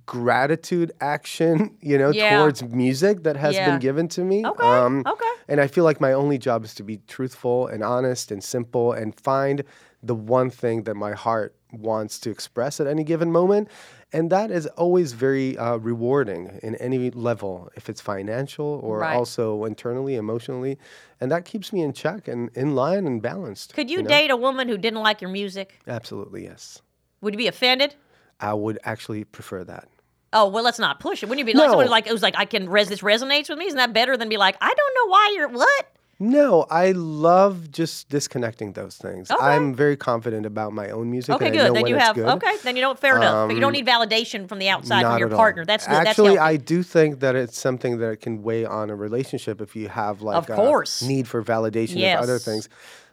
gratitude action, you know,
Yeah.
towards music that has
Yeah.
been given to me. um,
Okay, okay.
And I feel like my only job is to be truthful and honest and simple and find the one thing that my heart wants to express at any given moment. And that is always very uh, rewarding in any level, if it's financial or
Right.
also internally, emotionally. And that keeps me in check and in line and balanced.
Could you,
know?
date a woman who didn't like your music?
Absolutely, yes.
Would you be offended?
I would actually prefer that.
Oh well, let's not push it. Wouldn't you be like someone
No.
who like it was like I can res this resonates with me? Isn't that better than be like I don't know why you're what?
No, I love just disconnecting those things.
Okay.
I'm very confident about my own music.
Okay,
and I know
good. Then
when
you
it's
have
good. Um,
okay. Then you don't. Fair enough. But you don't need validation from the outside from
Not
your
at all.
partner. That's good.
Actually,
That's healthy.
I do think that it's something that can weigh on a relationship if you have like
Of
a
course.
need for validation of other
Yes.
things.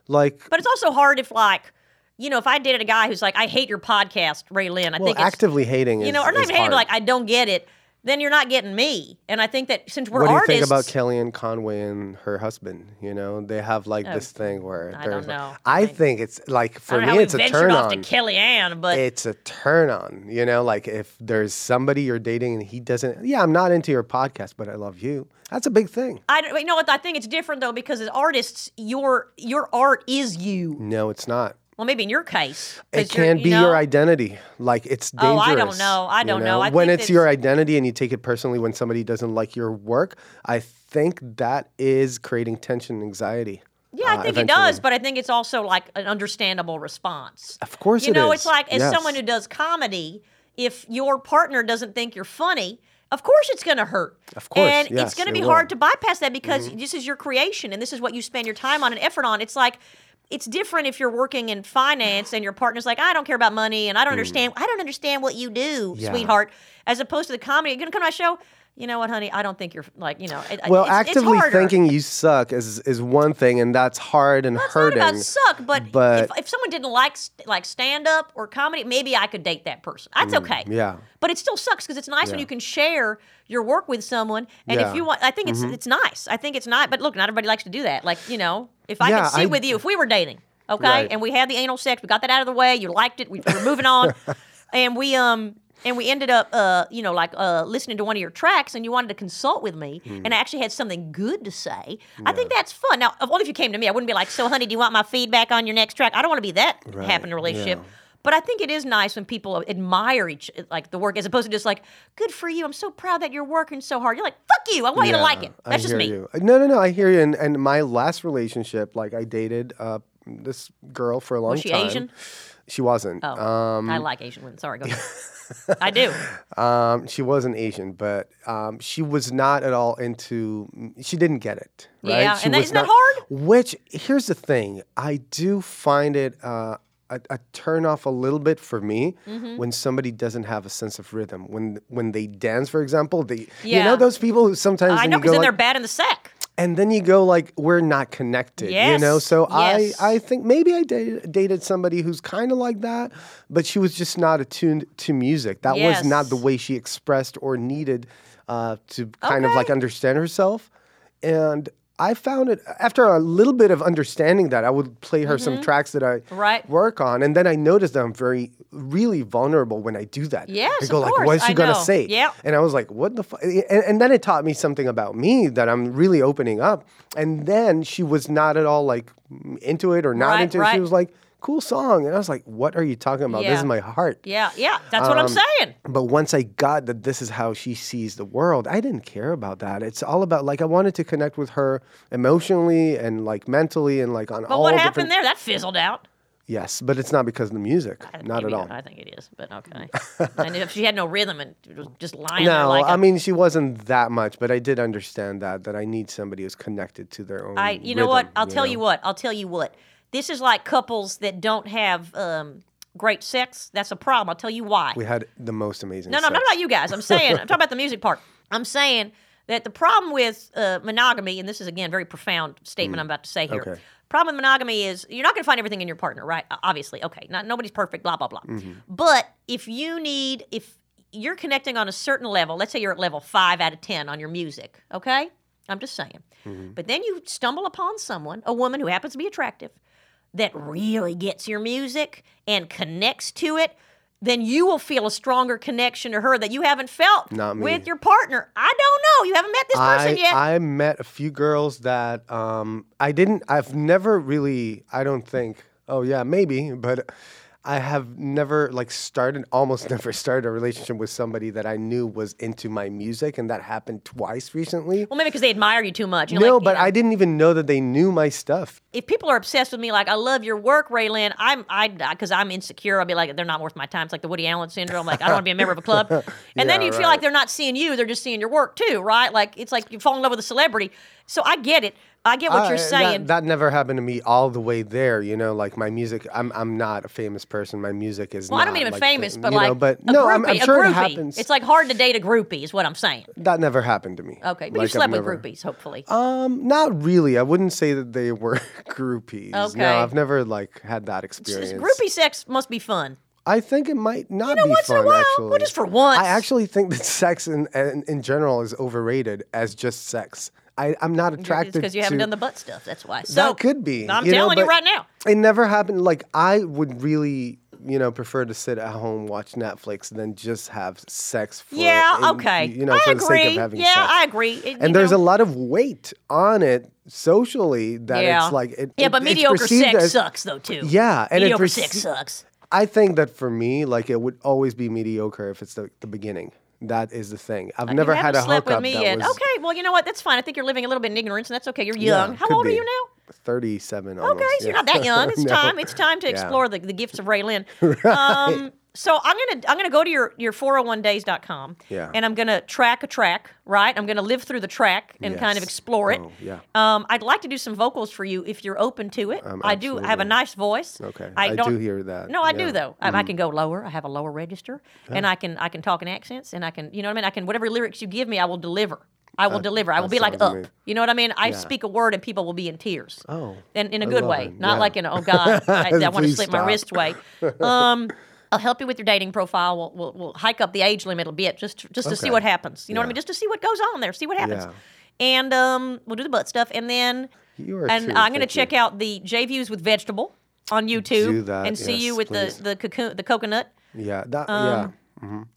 Like
But it's also hard if like you know if I dated a guy who's like I hate your podcast, Ray Lynn. I
well,
think it's,
actively hating
you
is
know or not
is
even hating
hard.
but like I don't get it. Then you're not getting me. And I think that since we're
what do you
artists,
think about Kellyanne Conway and her husband? You know, they have like this thing where
I
they're
don't
like-
know.
I think it's like
I
for
don't know
me,
how
it's
we
a
ventured
turn
off
on.
to Kellyanne, but
it's a turn on, you know, like if there's somebody you're dating and he doesn't, yeah, I'm not into your podcast, but I love you. That's a big thing.
I don't, you know what I think it's different though because as artists, your your art is you.
No, it's not.
Well, maybe in your case,
It
'cause you're-
can
you
be
know,
your identity. Like it's
Oh,
dangerous.
I don't know. I
you
don't know. I
when
think
it's your
it's-
identity and you take it personally when somebody doesn't like your work, I think that is creating tension and anxiety.
Yeah, I
uh,
think it
eventually.
does, but I think it's also like an understandable response.
Of course
you
it
know,
is.
it's like as
Yes.
someone who does comedy, if your partner doesn't think you're funny, of course it's going to hurt.
Of course,
and it's
yes,
going to
it
be
will. Mm-hmm.
hard to bypass that because this is your creation and this is what you spend your time on and effort on. It's like. It's different if you're working in finance and your partner's like, I don't care about money and I don't understand. I don't understand what you do,
Mm. Yeah.
sweetheart. As opposed to the comedy, you're gonna come to my show. You know what, honey? I don't think you're like, you know. It,
Well,
it's, it's
actively
harder.
thinking you suck is is one thing, and that's hard and
It's
hurting.
not about suck, but,
but-
if, if someone didn't like st- like stand up or comedy, maybe I could date that person. That's okay.
Mm, yeah.
But it still sucks because it's nice when
Yeah.
you can share your work with someone. And
Yeah. Mm-hmm.
if you want, I think it's it's nice. I think it's nice. But look, not everybody likes to do that. Like you know, if I
Yeah,
could sit
I-
with you, if we were dating, okay,
Right.
and we had the anal sex, we got that out of the way. You liked it. We, we're moving on, and we um. And we ended up, uh, you know, like uh, listening to one of your tracks, and you wanted to consult with me,
Mm-hmm.
and I actually had something good to say. I think that's fun. Now, if- only if you came to me, I wouldn't be like, "So, honey, do you want my feedback on your next track?" I don't want to be that happen in a relationship. But I think it is nice when people admire each like the work as opposed to just like, "Good for you! I'm so proud that you're working so hard." You're like, "Fuck you! I want you to
Yeah,
like it."
I
That's just
hear
me.
You. No, no, no. I hear you. And, and my last relationship, like I dated uh, this girl for a long
she
time.
Asian?
She wasn't.
Oh, I like Asian women. Sorry, go ahead. I do.
Um, she wasn't Asian, but um, she was not at all into. She didn't get it. Right?
Yeah,
she
and that-
was
isn't that hard?
Which here's the thing, I do find it uh, a, a turn off a little bit for me
Mm-hmm.
when somebody doesn't have a sense of rhythm. When when they dance, for example, they you
Yeah.
know those people who sometimes
I
when
know
you
because
go
then
like,
they're bad in the sack.
and then you go like we're not connected you know
Yes,
so
yes.
i i think maybe i dated, dated somebody who's kind of like that but she was just not attuned to music that
Yes.
was not the way she expressed or needed uh, to kind of
Okay.
like understand herself and I found it after a little bit of understanding that I would play her some tracks that I
Mm-hmm. Right.
work on, and then I noticed that I'm very, really vulnerable when I do that.
Yes,
I go
of
like,
course,
"What is
I
she gonna
know.
say?"
Yep.
And I was like, what the fuck? And, and then it taught me something about me that I'm really opening up. And then she was not at all like into it or not
Right,
into it.
right.
She was like, cool song. And I was like, what are you talking about? This
Yeah.
is my heart.
Yeah, yeah. That's
Um,
what I'm saying.
But once I got that this is how she sees the world, I didn't care about that. It's all about like I wanted to connect with her emotionally and like mentally and like on
But
all
what
different
happened there? That fizzled out.
Yes, but it's not because of the music. Not at
Maybe
all.
I think it is, but okay. and if she had no rhythm and was just lying there
No,
like
I
a-
mean she wasn't that much, but I did understand that that I need somebody who's connected to their own.
I, you know what? I'll tell you what. I'll tell you what. This is like couples that don't have um, great sex. That's a problem. I'll tell you why.
We had the most amazing.
No, no, I'm not about you guys. I'm saying, I'm talking about the music part. I'm saying that the problem with uh, monogamy, and this is again a very profound statement I'm about to say here.
Okay.
Problem with monogamy is you're not going to find everything in your partner, right? O- Obviously, okay. Not nobody's perfect. Blah blah blah. But if you need, if you're connecting on a certain level, let's say you're at level five out of ten on your music, okay? I'm just saying. But then you stumble upon someone, a woman who happens to be attractive, that really gets your music and connects to it, then you will feel a stronger connection to her that you haven't felt
Not me.
with your partner. I don't know. You haven't met this person
I,
yet.
I met a few girls that um, I didn't. I've never really. I don't think Oh yeah, maybe, but I have never like started almost never started a relationship with somebody that I knew was into my music and that happened twice recently.
Well, maybe because they admire you too much. You're
no,
like, you
but
know,
I didn't even know that they knew my stuff.
if people are obsessed with me, like I love your work, Raylan, I'm I because I'm insecure. I'll be like, they're not worth my time. It's like the Woody Allen syndrome. Like I don't want to be a member of a club. And then
Yeah,
you feel
right.
like they're not seeing you; they're just seeing your work too, right? Like it's like you fall in love with a celebrity. So I get it. I get what
I-
you're
Uh, that-
saying.
That, never happened to me all the way there, you know. Like my music, I'm I'm not a famous person. My music is.
well, I don't mean
not
even
like the-
famous, but
you
like
know, but
a
no,
groupie.
I'm, I'm
a
sure
groupie.
it happens.
It's like hard to date a groupie, is what I'm saying.
that never happened to me.
Okay, but
Like,
you've
I've
slept with
never-
groupies, hopefully.
Um, not really. I wouldn't say that they were groupies.
Okay.
No, I've never like had that
This
experience.
groupie sex must be fun.
I think it might not
know,
be
once in a
fun.
while,
actually,
well, just for once.
I actually think that sex in in, in general is overrated as just sex. I, I'm not attracted
It's because you haven't
to
done the butt stuff. That's why. So
That could be.
I'm
you know,
telling you
but
right now.
It never happened. Like I would really, you know, prefer to sit at home watch Netflix than just have sex. For,
Yeah.
in-
okay.
You know,
I
for
agree.
the sake of having
yeah,
sex.
I agree. It- you
And there's
know.
a lot of weight on it socially that
yeah.
it's like it,
yeah,
it-
but
it's
mediocre
perceived
sex
as-
sucks though too.
Yeah, and it
mediocre
perce-
sex sucks.
I think that for me, like it would always be mediocre if it's the, the beginning. That is the thing. I've never
Uh, you haven't
had a
slept with
hookup
me
that
yet.
was
okay, well you know what? That's fine. I think you're living a little bit in ignorance, and that's okay. You're
yeah,
young. How
could
old are
be.
you now?
Thirty-seven. Almost.
Okay, so you're
yeah.
not that young. It's
No.
time. It's time to
Yeah.
explore the, the gifts of Ray Lynn. Um, so I'm gonna I'm gonna go to your oh your 401days.com.
Yeah.
And I'm gonna track a track, right? I'm gonna live through the track and kind of
Yes.
explore it.
Oh, yeah. Um,
Um, I'd like to do some vocals for you if you're open to it. I do have a
absolutely.
nice voice.
Okay,
I,
I
don't,
do hear that,
No, I
yeah. Mm.
do though. I, I can go lower. I have a lower register, and I can I can talk in accents, and I can you know what I mean. I can whatever lyrics you give me, I will deliver. I will deliver. I will be like
sounds
up.
amazing.
You know what I mean? I speak a word and people will be in tears.
Oh,
And in a
I
good
love
way,
it.
not
Yeah.
like in a, oh God, I, I want to
Please
slip my
stop.
wrist way. Um, I'll help you with your dating profile. We'll, we'll, we'll hike up the age limit a bit just to, just to see
Okay.
what happens. You know what I
Yeah.
mean? Just to see what goes on there, see what happens.
Yeah.
And um, we'll do the butt stuff. And then
You are
and
too,
I'm going to check
thank you.
out the J Views with Vegetable on YouTube
Do that,
and see you
yes,
with
please.
the, the, cocoon, the coconut.
Yeah, that,
Um,
yeah.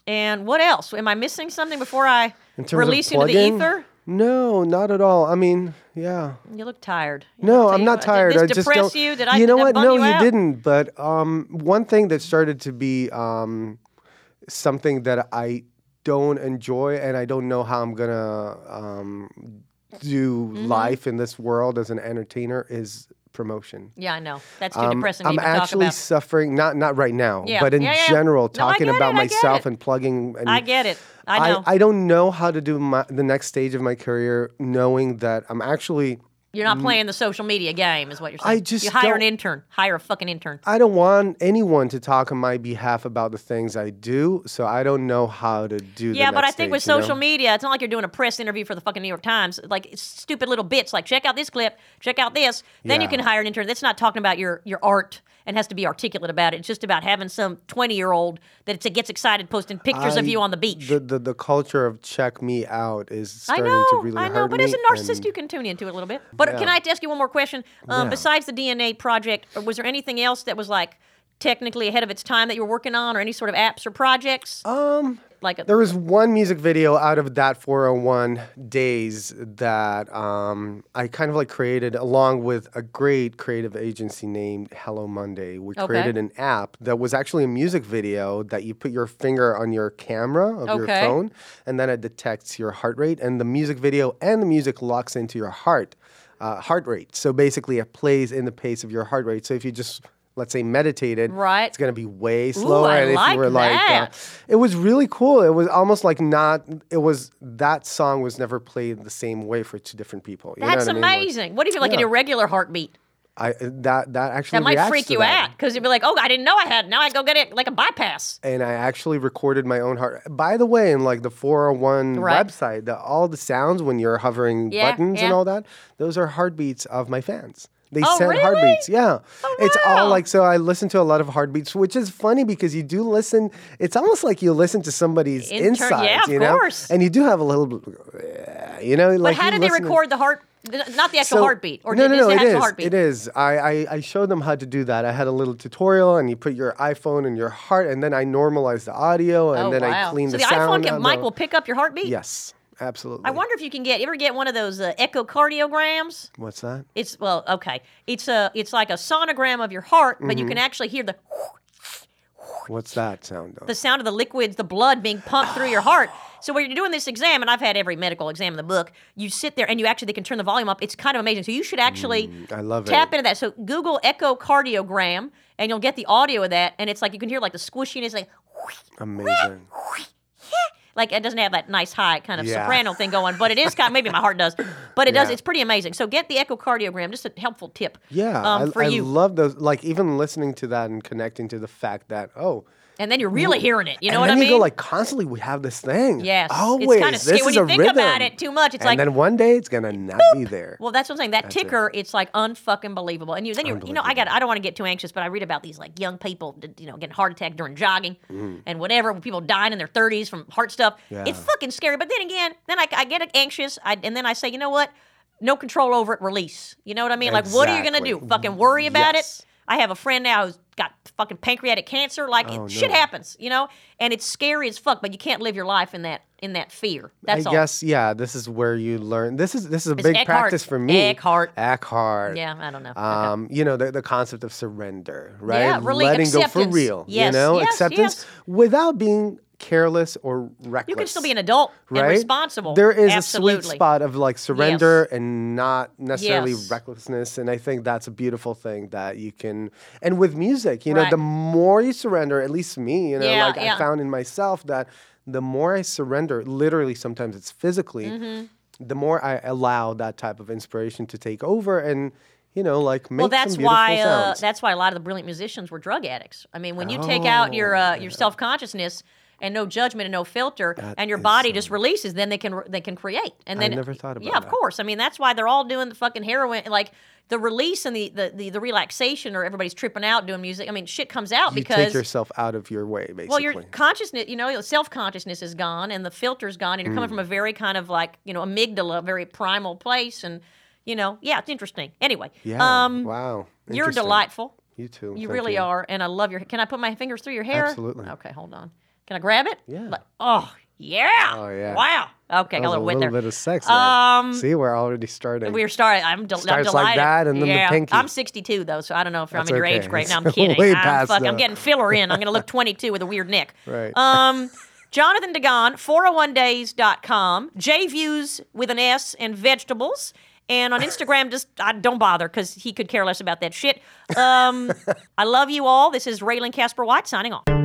And what else? Am I missing something before I
In terms
release
of
you into the
plugin?
ether?
No, not at all. I mean, yeah.
You look tired. You
No,
look-
I'm
you-
not tired.
Did
I
this
just
depress
don't.
you? Did I?
you know
did I
what?
bum
No,
you,
you,
out?
didn't. But um, one thing that started to be um, something that I don't enjoy, and I don't know how I'm gonna um, do
Mm-hmm.
life in this world as an entertainer is promotion.
Yeah, I know. That's too
Um,
depressing.
I'm
to even
actually
talk about.
suffering not not right now,
Yeah,
but in
yeah, yeah.
general,
No, I
talking
get
about
it, I get
myself
it.
and plugging. And
I get it. I know.
I, don't know how to do my, the next stage of my career, knowing that I'm actually.
You're not playing the social media game, is what you're
mm, I
saying.
just
you hire an
don't-
intern. Hire a fucking intern.
I don't want anyone to talk on my behalf about the things I do, so I don't know how to do.
Yeah,
the
but I
next
think with
stage, you know?
social media, it's not like you're doing a press interview for the fucking New York Times. Like it's stupid little bits, like check out this clip, check out this. Then you
Yeah.
can hire an intern. That's not talking about your your art and has to be articulate about it. It's just about having some 20 year old that it's, gets excited posting pictures of
I-
you on the beach.
the, the the culture of check me out is
I
starting
know,
to really
I know,
hurt
but
me.
as a narcissist,
and-
you can tune into it a little bit. But can I ask you one more question? Um,
Yeah.
Besides the DNA project, or was there anything else that was like technically ahead of its time that you were working on, or any sort of apps or projects? Um, like a,
There was one music video out of that 401 days that um, I kind of like created along with a great creative agency named Hello Monday. We
Okay.
created an app that was actually a music video that you put your finger on your camera of your
Okay.
phone and then it detects your heart rate and the music video and the music locks into your heart uh, heart rate. So basically it plays in the pace of your heart rate. So if you just let's say meditated,
Right.
it's going to be way slower
I
and if
like
you were like
that.
uh, it was really cool. It was almost like not. It was that song was never played the same way for two different people. You know
that's
what I mean? Like,
amazing. What if you're like an
Yeah.
irregular heartbeat?
I that that actually
That might
reacts
freak
to
you
that.
out because you'd be like, "Oh, I didn't know I had. Now I go get it like a bypass."
And I actually recorded my own heart. By the way, in like the 401
Right.
website, the, all the sounds when you're hovering
Yeah,
buttons
yeah.
and all that, those are heartbeats of my fans. They
Oh,
send
really? Oh,
heartbeats. Yeah. It's
wow.
all like, so I listen to a lot of heartbeats, which is funny because you do listen. It's almost like you listen to somebody's
Inter-
insides,
yeah, of
you know?
course.
And you do have a little, you know,
But
like.
how
you
did they
listen to-
record the heart? Not the actual
so-
heartbeat, or
no,
did
no,
it is
no,
the
it
actual
is.
heartbeat?
It is. I, I I showed them how to do that. I had a little tutorial, and you put your iPhone and your heart, and then I normalized the audio, and
oh
then
wow!
I cleaned
so
the,
the iPhone
sound.
can
out.
Mike will pick up your heartbeat.
Yes, absolutely.
I wonder if you can get you ever get one of those uh, echocardiograms.
What's that?
It's well, okay. It's a it's like a sonogram of your heart, but
Mm-hmm.
you can actually hear the
What's that sound of?
the sound of the liquids, the blood being pumped through your heart. So when you're doing this exam, and I've had every medical exam in the book, you sit there and you actually they can turn the volume up. It's kind of amazing. So you should actually
I love
tap
Mm, it.
into that. So Google echocardiogram, and you'll get the audio of that, and it's like you can hear like the squishiness, like
Amazing.
like it doesn't have that nice high kind of
Yeah.
soprano thing going, but it is kind. Maybe my heart does, but it does.
Yeah.
It's pretty amazing. So get the echocardiogram. Just a helpful tip.
Yeah,
um,
I,
for
I
you.
love those. Like even listening to that and connecting to the fact that oh,
and then you're really hearing it. You know
and
what
then
I mean?
you go like constantly we have this thing.
Yes, it's
always.
kinda
this
scary when
is
you
a
think about
rhythm.
it too much. It's
and
like-
then one day it's gonna not be there.
Well, that's what I'm saying. That ticker, it's like unfucking believable. And you then you you know I got I don't want to get too anxious, but I read about these like young people d- you know getting heart attack during jogging and whatever. People dying in their 30s from heart stuff. It's
Mm-hmm. Yeah.
fucking scary. But then again, then I, I get anxious, I, and then I say, you know what? No control over it. Release. You know what I mean? Like, what are you gonna
Exactly.
do? Fucking worry about
Yes.
it. I have a friend now who's got fucking pancreatic cancer. Like,
Oh,
it- shit happens, you know, and it's scary as fuck. But you can't live your life in that in that fear. That's
I
all.
guess yeah. This is where you learn. This is this is a big
Eckhart.
practice for me.
Eckhart.
Eckhart.
Yeah, I don't know. Okay.
Um, you know the, the concept of surrender, right?
Yeah, really
Letting go for
acceptance.
real.
Yes,
you know,
yes,
acceptance
yes.
without being careless or reckless.
You can still be an adult
right?
and responsible.
There is
Absolutely.
a sweet spot of like surrender and not necessarily
Yes.
recklessness, and I think that's a beautiful thing that you can. And with music, you know,
Right.
the more you surrender, at least me, you know,
Yeah,
like
yeah.
I found in myself that the more I surrender, literally sometimes it's physically,
Mm-hmm.
the more I allow that type of inspiration to take over, and you know, like make
Well, that's
some beautiful
why uh,
sounds.
that's why a lot of the brilliant musicians were drug addicts. I mean, when you take out your uh,
Oh.
your self consciousness and no judgment and no filter, and your body just releases, then they can they can create. And
I
then
never thought about
Yeah, of
that.
course. I mean, that's why they're all doing the fucking heroin, like the release and the the, the, the relaxation, or everybody's tripping out doing music. I mean, shit comes out
you
because
take yourself out of your way, basically.
Well, your consciousness, you know, self consciousness is gone and the filter's gone, and you're coming from
Mm.
a very kind of like, you know, amygdala, very primal place. And, you know, yeah, it's interesting. Anyway,
yeah.
um,
wow.
you're
Interesting.
delightful.
You too.
You
Thank
really are. And I love your Can I put my fingers through your hair?
Absolutely.
Okay, hold on. Can I grab it?
Yeah.
Like- oh, yeah.
Oh, yeah.
Wow. Okay, got a
That was
little wet there.
bit of sex. there.
Um,
See, we're already starting.
We're starting. I'm, del- I'm
Starts
delighted.
like that and then the
yeah.
pinky.
I'm 62 though, so I don't know if I'm
That's
in your
okay.
age grade. No, I'm
It's
kidding.
way
I'm,
past
fuck, I'm
the-
getting filler in. I'm gonna look 22 with a weird neck.
Right.
Um, Jonathan oh Dagon, 401days.com, JViews with an S and vegetables. And on Instagram, just I don't bother because he could care less about that shit. Um, I love you all. This is Raylan Casper White signing off.